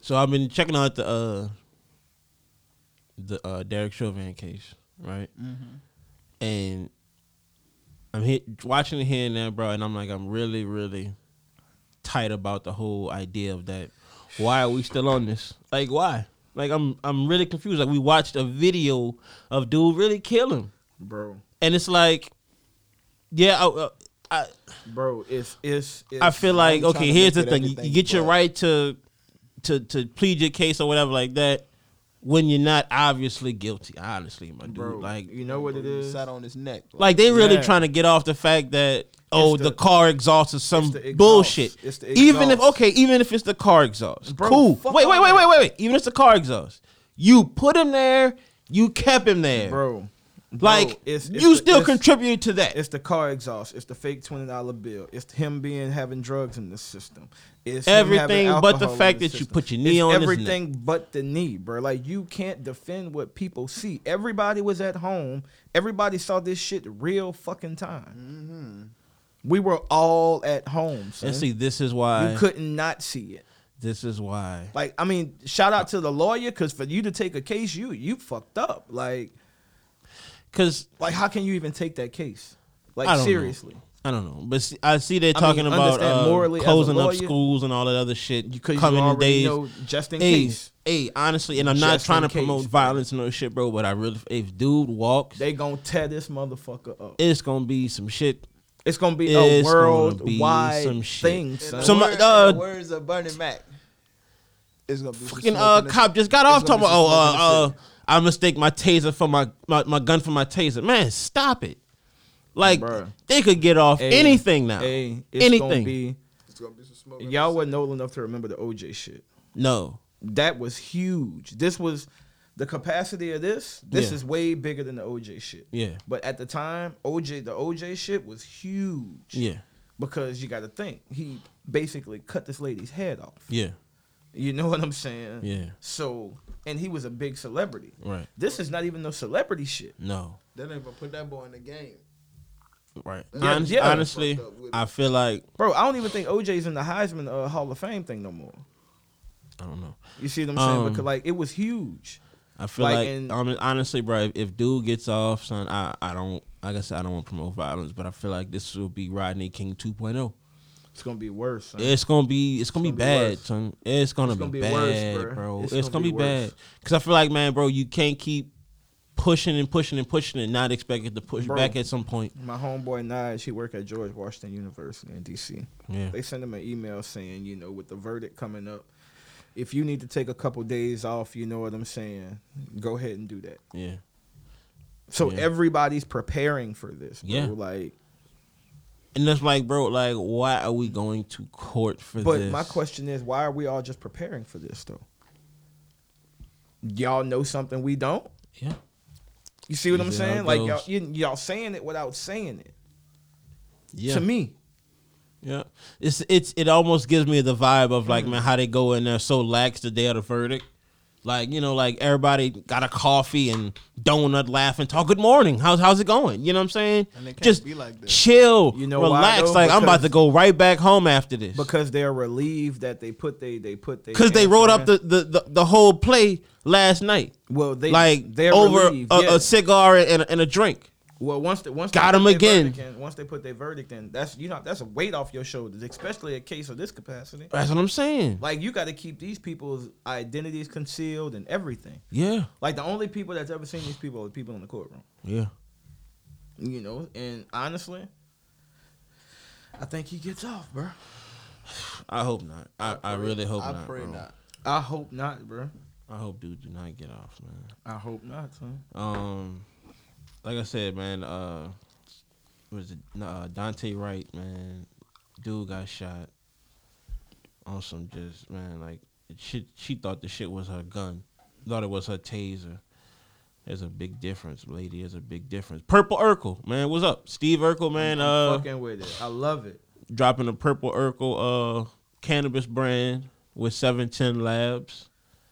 So I've been checking out the uh the uh Derek Chauvin case, right?
Mhm.
And I'm hit, watching it here and there, bro, and I'm like, I'm really, really tight about the whole idea of that. Why are we still on this? Like, why? Like, I'm I'm really confused. Like, we watched a video of dude really kill him,
Bro.
and it's like, yeah, I, uh, I
bro, it's it's. it's
I feel like
I'm
okay.
tryna
Here's the
look at
thing: you
everything,
get your
but-
right to to to plead your case or whatever like that when you're not obviously guilty. Honestly, my dude,
Bro,
like
you know what it is.
Sat on his neck.
like they really
Yeah.
trying to get off the fact that oh the,
the-
car exhaust is some
the exhaust.
bullshit.
It's the
even if
exhaust.
okay, even if it's the car exhaust,
Bro,
cool.
fuck
Wait,
all
wait, wait,
that.
wait, wait, wait. Even if it's the car exhaust, you put him there, you kept him there,
bro.
Like
Bro, it's- it's
you
the-
still
it's-
contributed to that.
It's the car exhaust. It's the fake twenty dollar bill. It's him being having drugs in the system. It's
Everything but the fact that you put your knee
it's
on his neck.
Everything but the knee, bro. Like you can't defend what people see. Everybody was at home. Everybody saw this shit real fucking time. We were all at home. Son.
And see, this is why
you couldn't not see it.
This is why
Like I mean, shout out to the lawyer because for you to take a case, you you fucked up. Like,
cause
like how can you even take that case? Like
I don't know.
seriously.
I don't know, but see, I see they're
I
talking
mean,
about
understand
uh,
morally as a
closing up
lawyer,
schools and all that other shit. You
'cause you
coming
already
days.
know just in
hey,
case.
Hey, honestly, and I'm not
Just
trying to
in
promote
case.
violence and no shit, bro. But I really, if dude walks,
They gonna tear this motherfucker up.
it's gonna be some shit.
It's gonna be
It's
a
gonna
worldwide
some
thing.
shit.
Son.
Some
Word-
uh,
the words of Bernie Mac. It's gonna be some
fucking
smoke
uh
in this-
cop just got
it's
off
gonna
talking
be
about
some
oh
smoke in this
uh,
city.
uh I mistake my taser for my, my my gun for my taser. Man, stop it. Like they could get off
Hey,
anything now.
hey, it's Gonna
anything.
be, it's gonna be some smoke. Y'all wasn't old enough to remember the OJ shit.
no.
That was huge. This was the capacity of this. This
Yeah.
is way bigger than the OJ shit.
Yeah.
But at the time, OJ the OJ shit was huge.
Yeah.
Because you got to think he basically cut this lady's head off.
Yeah.
You know what I'm saying?
Yeah.
So and he was a big celebrity.
Right.
This is not even no celebrity shit.
No.
That ain't gonna put that boy in the game.
Right.
Yeah,
Honest-
yeah.
Honestly, I feel like
Bro, I don't even think OJ's in the Heisman uh, Hall of Fame thing no more.
I don't know.
You see what I'm saying?
Um,
because like it was huge.
I feel
Like,
like,
and-
hon- honestly, bro, if, if dude gets off, son, I, I don't like I said, I don't want to promote violence, but I feel like this will be Rodney King 2.0.
It's gonna be worse. son.
It's gonna be it's gonna, be bad,
worse.
son. It's gonna,
It's gonna
be,
be
bad,
worse,
bro.
bro.
It's, gonna, be, bad because I feel like, man, bro, you can't keep pushing and pushing and pushing and not expect it to push
Bro.
back at some point.
My homeboy Nige, he work at George Washington University in DC.
Yeah.
They sent him an email saying, you know, with the verdict coming up, if you need to take a couple days off, you know what I'm saying, go ahead and do that.
Yeah,
So
Yeah.
everybody's preparing for this. Bro.
Yeah.
Like
and that's like, bro, like, why are we going to court for
But
this?
my question is, why are we all just preparing for this though? Y'all know something we don't.
Yeah.
You see what I'm
Is it how
saying?
it
Like
goes?
y'all, you, y'all saying it without saying it.
yeah.
To me,
Yeah, it's it's it almost gives me the vibe of like man how they go in there so lax the day of the verdict, like you know like everybody got a coffee and donut laugh and talk good morning how's how's it going you know what I'm saying
And it can't
just
be like that.
chill
You know why,
relax
though?
like I'm about
Because-
to go right back home after this
because they're relieved that they put they they put they
because they wrote up the, the the the whole play last night
well they
like
they're
over
relieved,
a,
yeah.
a cigar and a, and a drink
well once they, once
Got
they
'em
put their
again.
verdict in- once they put their verdict in, that's you know that's a weight off your shoulders, especially a case of this capacity.
that's what I'm saying
Like you got to keep these people's identities concealed and everything.
yeah
Like the only people that's ever seen these people are the people in the courtroom.
yeah
You know, and honestly, I think he gets off, bro.
I hope not I I, really hope
I
not
pray
bro.
not.
I hope not, bro.
I hope dude do not get off man.
I hope not, son.
Um, like I said, man. Uh, was it no, uh, Dante Wright, man? Dude got shot on some just man like she she thought the shit was her gun, thought it was her taser. There's a big difference, lady. There's a big difference. Purple Urkel, man. What's up, Steve Urkel, man?
I'm
Uh,
fucking with it. I love it.
dropping a Purple Urkel uh cannabis brand with Seven Ten Labs.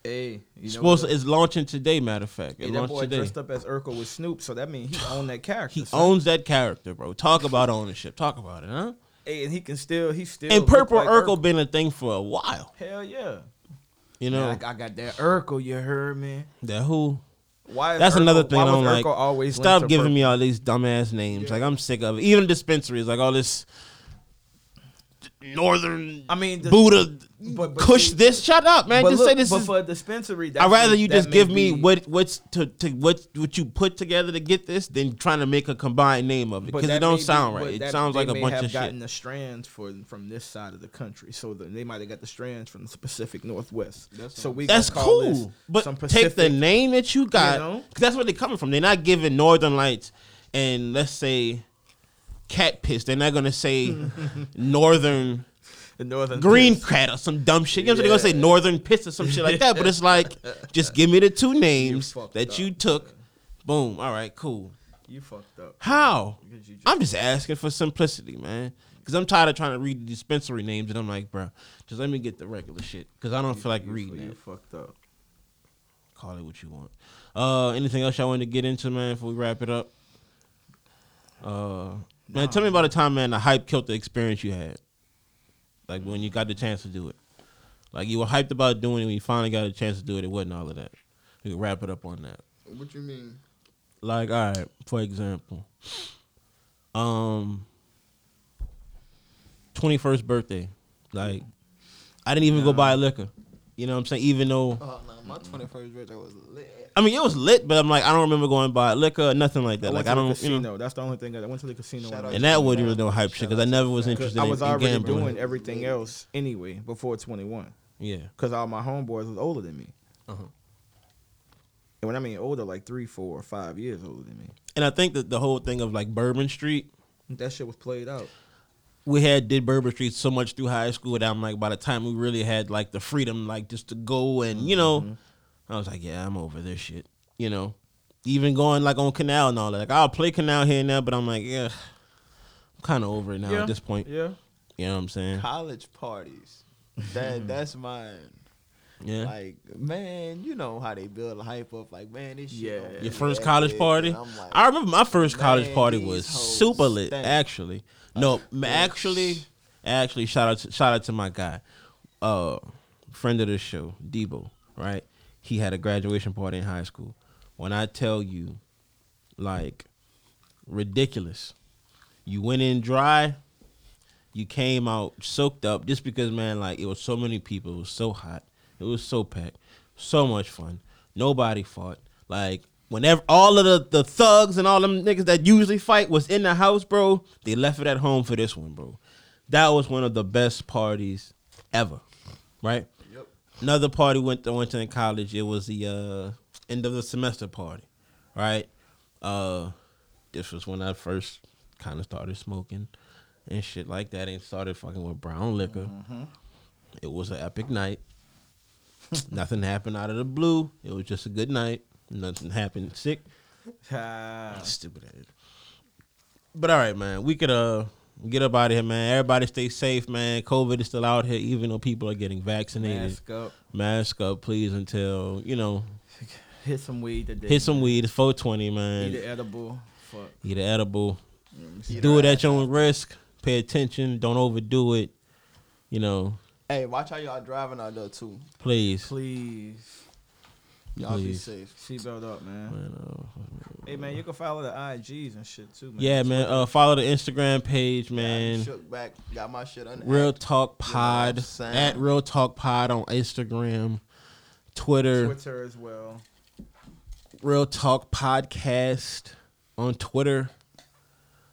Hey, you know
Supposed
what?
to, it's launching today. Matter of fact,
Hey,
it
that
launched
boy
today.
dressed up as Urkel with Snoop, so that means he owned that character.
He
son.
owns that character, bro. Talk about ownership. Talk about it, huh?
Hey, and he can still, he still.
and
look
Purple
like
Urkel been a thing for a while.
Hell yeah.
You know,
Man, I, I got that Urkel. You heard me?
That who?
Why is
That's another
Urkel-
thing
why
I don't
was
like.
Urkel always linked
Stop
to
giving
purple?
me all these dumbass names. Like I'm sick of it. Even dispensaries, like all this northern.
I mean, the-
Buddha.
but- but
Cush
see-
this. Shut up, man.
but
just
look,
say this
but
is.
for a dispensary. That
I'd rather
may-
you
that
just
may
give me
be-
what what's to, to what what you put together to get this than trying to make a combined name of it
but
because
that
it
may
don't
be-
sound
but
right. It
that-
sounds
they
like a
may
bunch
have
of
gotten
shit.
the strands for from this side of the country, so the, they might have got the strands from the Pacific Northwest. so we
That's
gonna call this
cool, but
some
take the
Pacific-
name that you got.
know?
'cause that's where they're coming from. They're not giving Northern Lights and let's say cat piss. They're not gonna say Northern.
The northern
green
piss.
cat or some dumb shit. You know what I'm saying? They're
Yeah.
gonna say northern piss or some shit like that. But it's like, just give me the two names
fucked
that
up,
you took. Boom. All right. Cool.
You fucked up.
How?
Because you just-
I'm just asking for simplicity, man. Because I'm tired of trying to read the dispensary names, and I'm like, bro, just let me get the regular shit. Because I don't feel like reading
You
it.
fucked up.
Call it what you want. Uh, anything else y'all want to get into, man? Before we wrap it up. Uh, man, tell me about a time, man, the hype killed the experience you had. Like when you got the chance to do it. Like you were hyped about doing it, when you finally got a chance to do it, it wasn't all of that. We can wrap it up on that.
What you mean?
Like, all right, for example, um, twenty first birthday. Like, I didn't even go buy liquor. You know what I'm saying? Even though
Oh no, my twenty first birthday was lit.
I mean it was lit, but I'm like I don't remember going buy liquor, or nothing like that.
I
like
went
I
to the
don't, you
casino.
know.
That's the only thing. I went to the casino. when I was
And that
young.
wasn't really no hype shit because I never was
Cause
interested
I
in,
was
in
already
gambling.
doing everything else anyway before 21.
Yeah.
Because all my homeboys was older than me.
Uh-huh.
And when I mean older, like three, four, or five years older than me.
And I think that the whole thing of like Bourbon Street,
That shit was played out.
we had did Bourbon Street so much through high school that I'm like, by the time we really had like the freedom, like just to go and you
Mm-hmm.
know, I was like, yeah, I'm over this shit, you know. Even going like on Canal and all that, like I'll play Canal here and there, but I'm like, yeah, I'm kind of over it now
Yeah,
at this point.
yeah.
you know what I'm saying?
College parties. That that's mine.
Yeah.
Like man, you know how they build hype up. Like man, this shit. gonna be
Your first
that
college
big.
party?
And I'm like,
I remember my first college
man,
party
these
was
hoes
super lit.
stink.
Actually, no, m- actually, actually, shout out, to, shout out to my guy, uh, friend of the show, Debo. Right, he had a graduation party in high school. When I tell you, like, ridiculous. You went in dry. You came out soaked up just because, man, like it was so many people. It was so hot. It was so packed. So much fun. Nobody fought. Like whenever all of the, the thugs and all them niggas that usually fight was in the house, bro, they left it at home for this one, bro. That was one of the best parties ever. Right? Yep. Another party went to, went to in college. It was the uh, end of the semester party. Right? Uh this was when I first kind of started smoking and shit like that and started fucking with brown liquor. It was an epic night. Nothing happened out of the blue. It was just a good night. Nothing happened sick. Stupid ass. But all right, man. We could uh get up out of here, man. Everybody stay safe, man. COVID is still out here, even though people are getting vaccinated.
Mask up.
Mask up, please, until you know.
Hit some weed today.
Hit some weed. It's 420, man.
Eat an edible. Fuck.
Eat an edible.
Eat
Do it
an
at your own risk. Pay attention. Don't overdo it. You know,
Hey, watch how y'all driving out there too.
please.
Please.
Y'all be
Please.
safe.
Seatbelt up, man.
Man, uh,
Hey, man, you can follow the IGs and shit, too, man.
yeah, man. Uh, follow the Instagram page, man.
Shook back, got my shit on.
Real Talk Pod
saying?
at Real Talk Pod on Instagram, Twitter,
Twitter as well.
Real Talk Podcast on Twitter.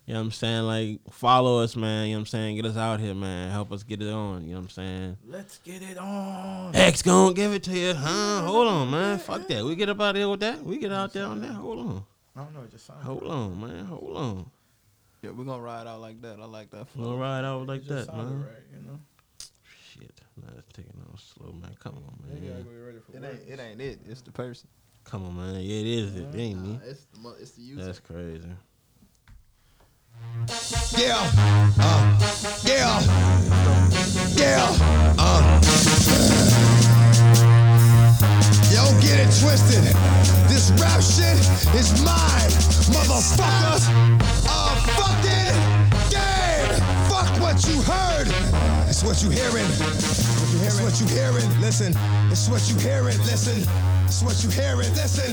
You know what I'm saying? Like follow us, man. You know what I'm saying? Get us out here, man. Help us get it on. You know what I'm saying?
Let's get it on.
X gonna give it to you, huh? Hold on, man. Fuck that. We get up out of here with that. We get out there on that. Hold on.
I don't know, it just sounded
Hold on, man. Hold on.
Yeah, we're gonna ride out like that. I like that.
We're gonna ride out like
It just
that,
sounded
man.
right, you know?
Shit. Nah, it's taking off slow, man. Come on,
Maybe I
man.
gotta get ready for
It
work.
ain't. It ain't it. It's the person.
Come on, man. Yeah, it is. It ain't me.
Nah, it's the. mo- It's the user.
That's crazy.
Yeah. Uh, yeah. Yeah. Uh. Yo, get it twisted. This rap shit is mine, motherfuckers. Uh, fucking game. Fuck what
what you heard. It's what you hearing. It's what you hearing. Listen. It's what you hearing. Listen. It's what you hearing. Listen.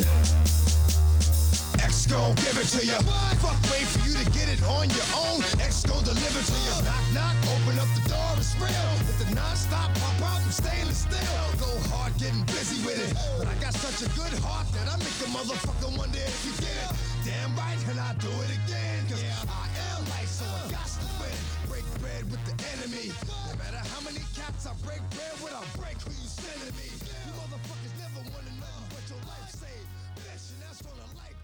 X gon' give it to you. Fuck, wait for you to get it on your own. X gon' deliver to you. Knock, knock, open up the door, it's real. With the non-stop pop out, I'm stainless steel. Go hard, getting busy with it. But I got such a good heart that I make a motherfucker wonder if you get it. Damn right, and I do it again. Cause I am life, so I got to win. Break bread with the enemy. No matter how many cats I break bread with, I break who you sending me. You motherfuckers never wanna know what your life saved. Bitch, and that's on a life.